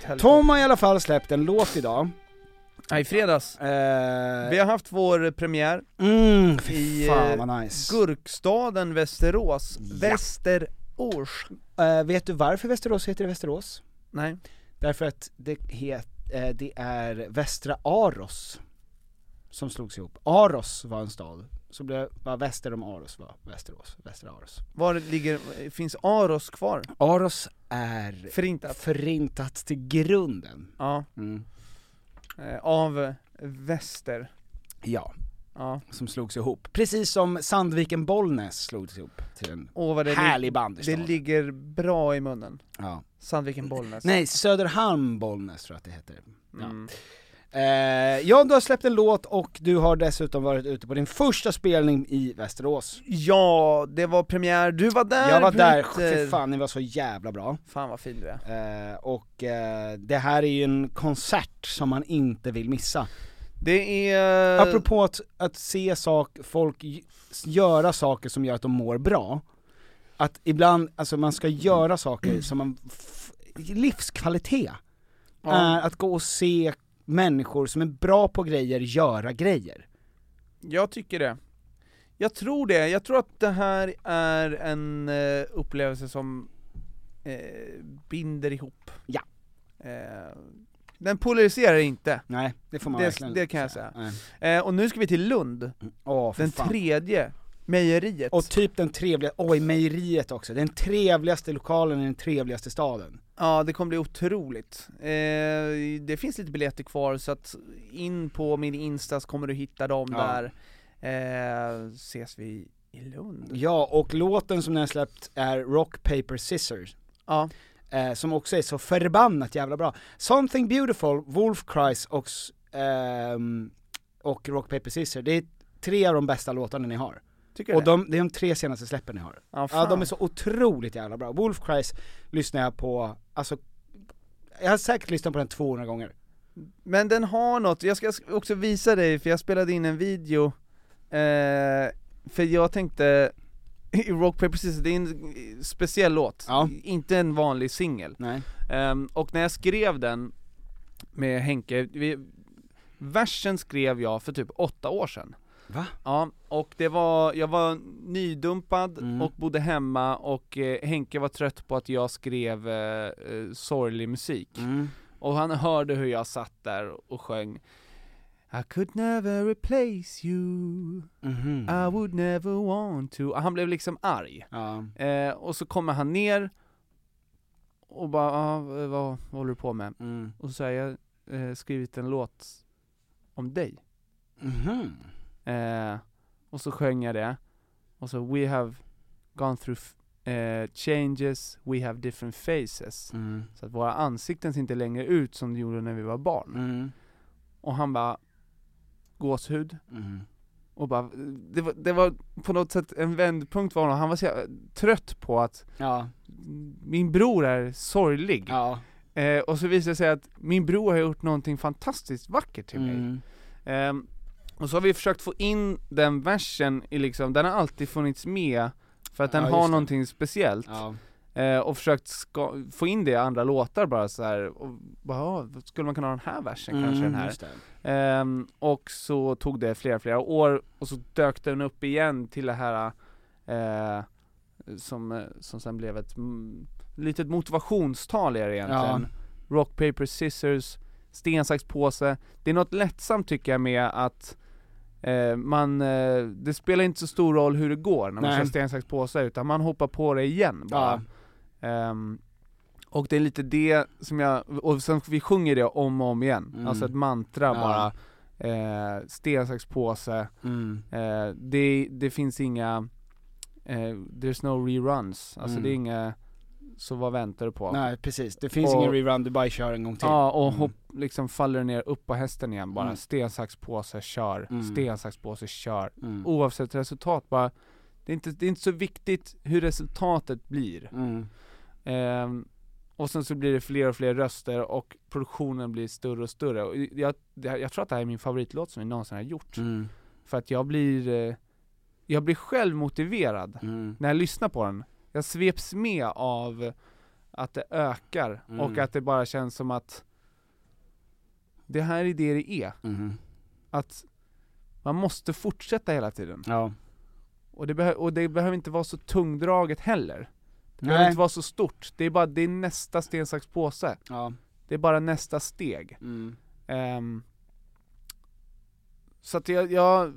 helvete.
Tom har i alla fall släppt en låt idag.
Nej, i fredags.
Eh,
Vi har haft vår eh, premiär
mm,
i
fy
eh,
fan vad nice.
Gurkstaden Västerås. Västerås.
Eh, vet du varför Västerås heter Västerås?
Nej.
Därför att det, het, eh, det är Västra Aros som slogs ihop. Aros var en stad, så blev, var väster om Aros var Västerås, Västra Aros.
Var ligger, eh, finns Aros kvar?
Aros är
Förintat?
förintat till grunden.
Ja.
Mm.
Eh, Av väster.
Ja,
Ja.
som slogs ihop. Precis som Sandviken-Bollnäs slogs ihop till en
Och vad det, lig-
härlig bandystad.
det ligger bra i munnen.
ja.
Sandviken-Bollnäs.
Nej, Söderhamn-Bollnäs tror jag att det heter. ja.
Mm.
Eh, ja, du har släppt en låt och du har dessutom varit ute på din första spelning i Västerås.
Ja, det var premiär, du var där
jag var där,
Peter.
fy fan ni var så jävla bra.
Fan vad fin du är.
Eh, och eh, det här är ju en konsert som man inte vill missa.
Det är... eh,
Apropå att, att se sak, folk g- göra saker som gör att de mår bra. Att ibland, alltså man ska göra saker som man, f- livskvalitet är att gå och se människor som är bra på grejer göra grejer.
Jag tycker det. Jag tror det. Jag tror att det här är en eh, upplevelse som eh, binder ihop.
Ja.
Eh, den polariserar inte.
Nej, det får man
Det-
verkligen
det kan jag säga.
Nej.
Eh, och nu ska vi till Lund,
Åh, för
den
fan.
tredje mejeriet.
Och typ den trevliga, oj mejeriet också, den trevligaste lokalen i den trevligaste staden.
Ja, det kommer bli otroligt. Eh, det finns lite biljetter kvar så att in på min Instas kommer du hitta dem
Ja.
där. Eh, ses vi i Lund?
Ja, och låten som ni har släppt är Rock, Paper, Scissors.
Ja.
Eh, som också är så förbannat jävla bra. Something Beautiful, Wolf Cries och, s- ehm, och Rock, Paper, Scissors, det är tre av de bästa låtarna ni har.
Tycker
Och
du det?
de, det är de tre senaste släppen ni har.
Ja, fan.
Ja, de är så otroligt jävla bra. Wolf Cries lyssnar jag på, alltså, jag har säkert lyssnat på den 200 gånger.
Men den har något, jag ska sk- också visa dig för jag spelade in en video, eh, för jag tänkte, i Rock Paper Scissors, det är en eh, speciell låt,
Ja.
inte en vanlig singel.
Nej.
Ehm, och när jag skrev den med Henke, vi, versen skrev jag för typ åtta år sedan.
Va?
Ja, och det var, jag var nydumpad
Mm.
och bodde hemma och eh, Henke var trött på att jag skrev eh, eh, sorglig musik.
Mm.
Och han hörde hur jag satt där och sjöng I could never replace you,
Mhm.
I would never want to. Han blev liksom arg.
Ja.
Eh, och så kommer han ner och bara, ah, vad, vad håller du på med?
Mm.
Och så säger jag har eh, skrivit en låt om dig.
Mhm.
Eh, och så sjöng jag det. Och så We have gone through f- eh, changes, we have different faces.
Mm.
Så att våra ansikten ser inte längre ut som de gjorde när vi var barn.
Mm.
Och han bara gåshud
Mm.
och bara, det var, det var på något sätt en vändpunkt för honom, han var så jävla trött på att
Ja,
min bror är sorglig.
ja.
Eh, och så visade det sig att min bror har gjort någonting fantastiskt vackert till mig.
Mm.
Ehm, och så har vi försökt få in den versen i liksom, den har alltid funnits med för att den
Ja, just
har
det.
någonting speciellt.
Ja.
Eh, och försökt ska, få in det i andra låtar bara så här. och bara, "Ja, skulle man kunna ha den här versen kanske den här?
Mm, Just det.
Ehm, och så tog det flera, flera år och så dök den upp igen till det här eh, som, eh, som sen blev ett mm, litet motivationstal är det egentligen. Rock, paper, scissors, sten, sax, påse. Det är något lättsamt tycker jag med att eh, man, eh, det spelar inte så stor roll hur det går när man
Nej.
kör sten, sax, påse utan man hoppar på det igen bara. Ehm, och det är lite det som jag, och sen vi sjunger det om och om igen,
Mm.
alltså ett mantra
Ja.
bara eh, Sten, sax, påse,
Mm.
eh, det, det finns inga, eh, there's no reruns, alltså
Mm.
det är inga, så vad väntar du på?
Nej precis, det finns
Och-
ingen rerun, du bara kör en gång till.
Ja och
Mm.
hopp, liksom faller ner upp på hästen igen bara,
Mm.
sten, sax, påse, kör,
Mm.
sten, sax, påse, kör
Mm.
Oavsett resultat bara, det är, inte, det är inte så viktigt hur resultatet blir
Mm.
Ehm, och sen så blir det fler och fler röster och produktionen blir större och större. Och jag, jag jag tror att det här är min favoritlåt som vi någonsin har gjort.
Mm.
För att jag blir, eh, jag blir själv motiverad
Mm.
när jag lyssnar på den. Jag sveps med av att det ökar
Mm.
och att det bara känns som att det här är det det är.
Mhm.
Att man måste fortsätta hela tiden.
Ja.
Och det, behö- och det behöver inte vara så tungdraget heller. Det behöver
Nej.
inte vara så stort. Det är bara, det är nästa sten, sax, påse.
Ja.
Det är bara nästa steg.
Mm.
Ehm, så att jag, jag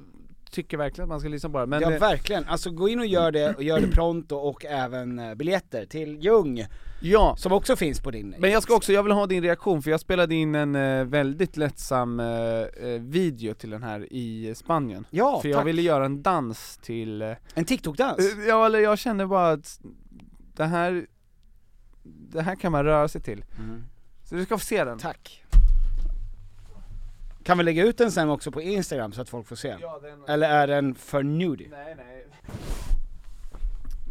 tycker verkligen att man ska lyssna på det. Men eh,
ja,
det,
verkligen. Alltså gå in och gör det, och gör det pronto och även eh, biljetter till Ljung,
ja,
som också finns på din
men jag ska också, jag vill ha din reaktion för jag spelade in en eh, väldigt lättsam eh, eh, video till den här i Spanien.
Ja,
för jag
tack.
ville göra en dans till eh,
En TikTok-dans?
Eh, Ja, eller jag kände bara att det här, det här kan man röra sig till.
Mm.
Så du ska få se den.
Tack. Kan vi lägga ut den sen också på Instagram så att folk får se?
Ja, den
Eller är den för nudie?
nej, nej.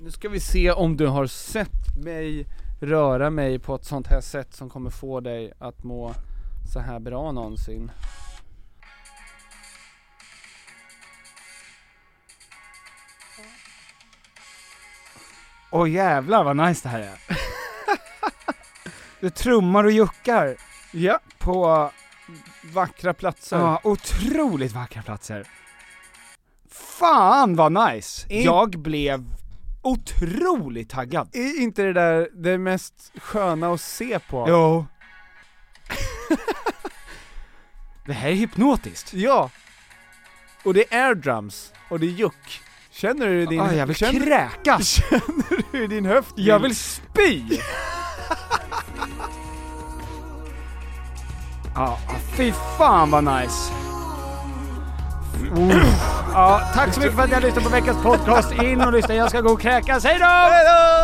Nu ska vi se om du har sett mig röra mig på ett sånt här sätt som kommer få dig att må så här bra någonsin.
Åh jävlar vad nice det här är. du trummar och juckar
Ja,
på
vackra platser.
ja, otroligt vackra platser. Fan vad nice!
In-
Jag blev otroligt taggad.
Är inte det där det mest sköna att se på?
Jo. det här är hypnotiskt.
Ja! Och det är drums, och det är juck. Känner du i din,
Ah, jag vill
känner,
kräkas!
känner du i din höft?
Jag vill spy! Ja, fy fan vad nice! Ja, tack så mycket för att ni har lyssnat på veckans podcast. In och lyssna, jag ska gå och kräkas. Hej då!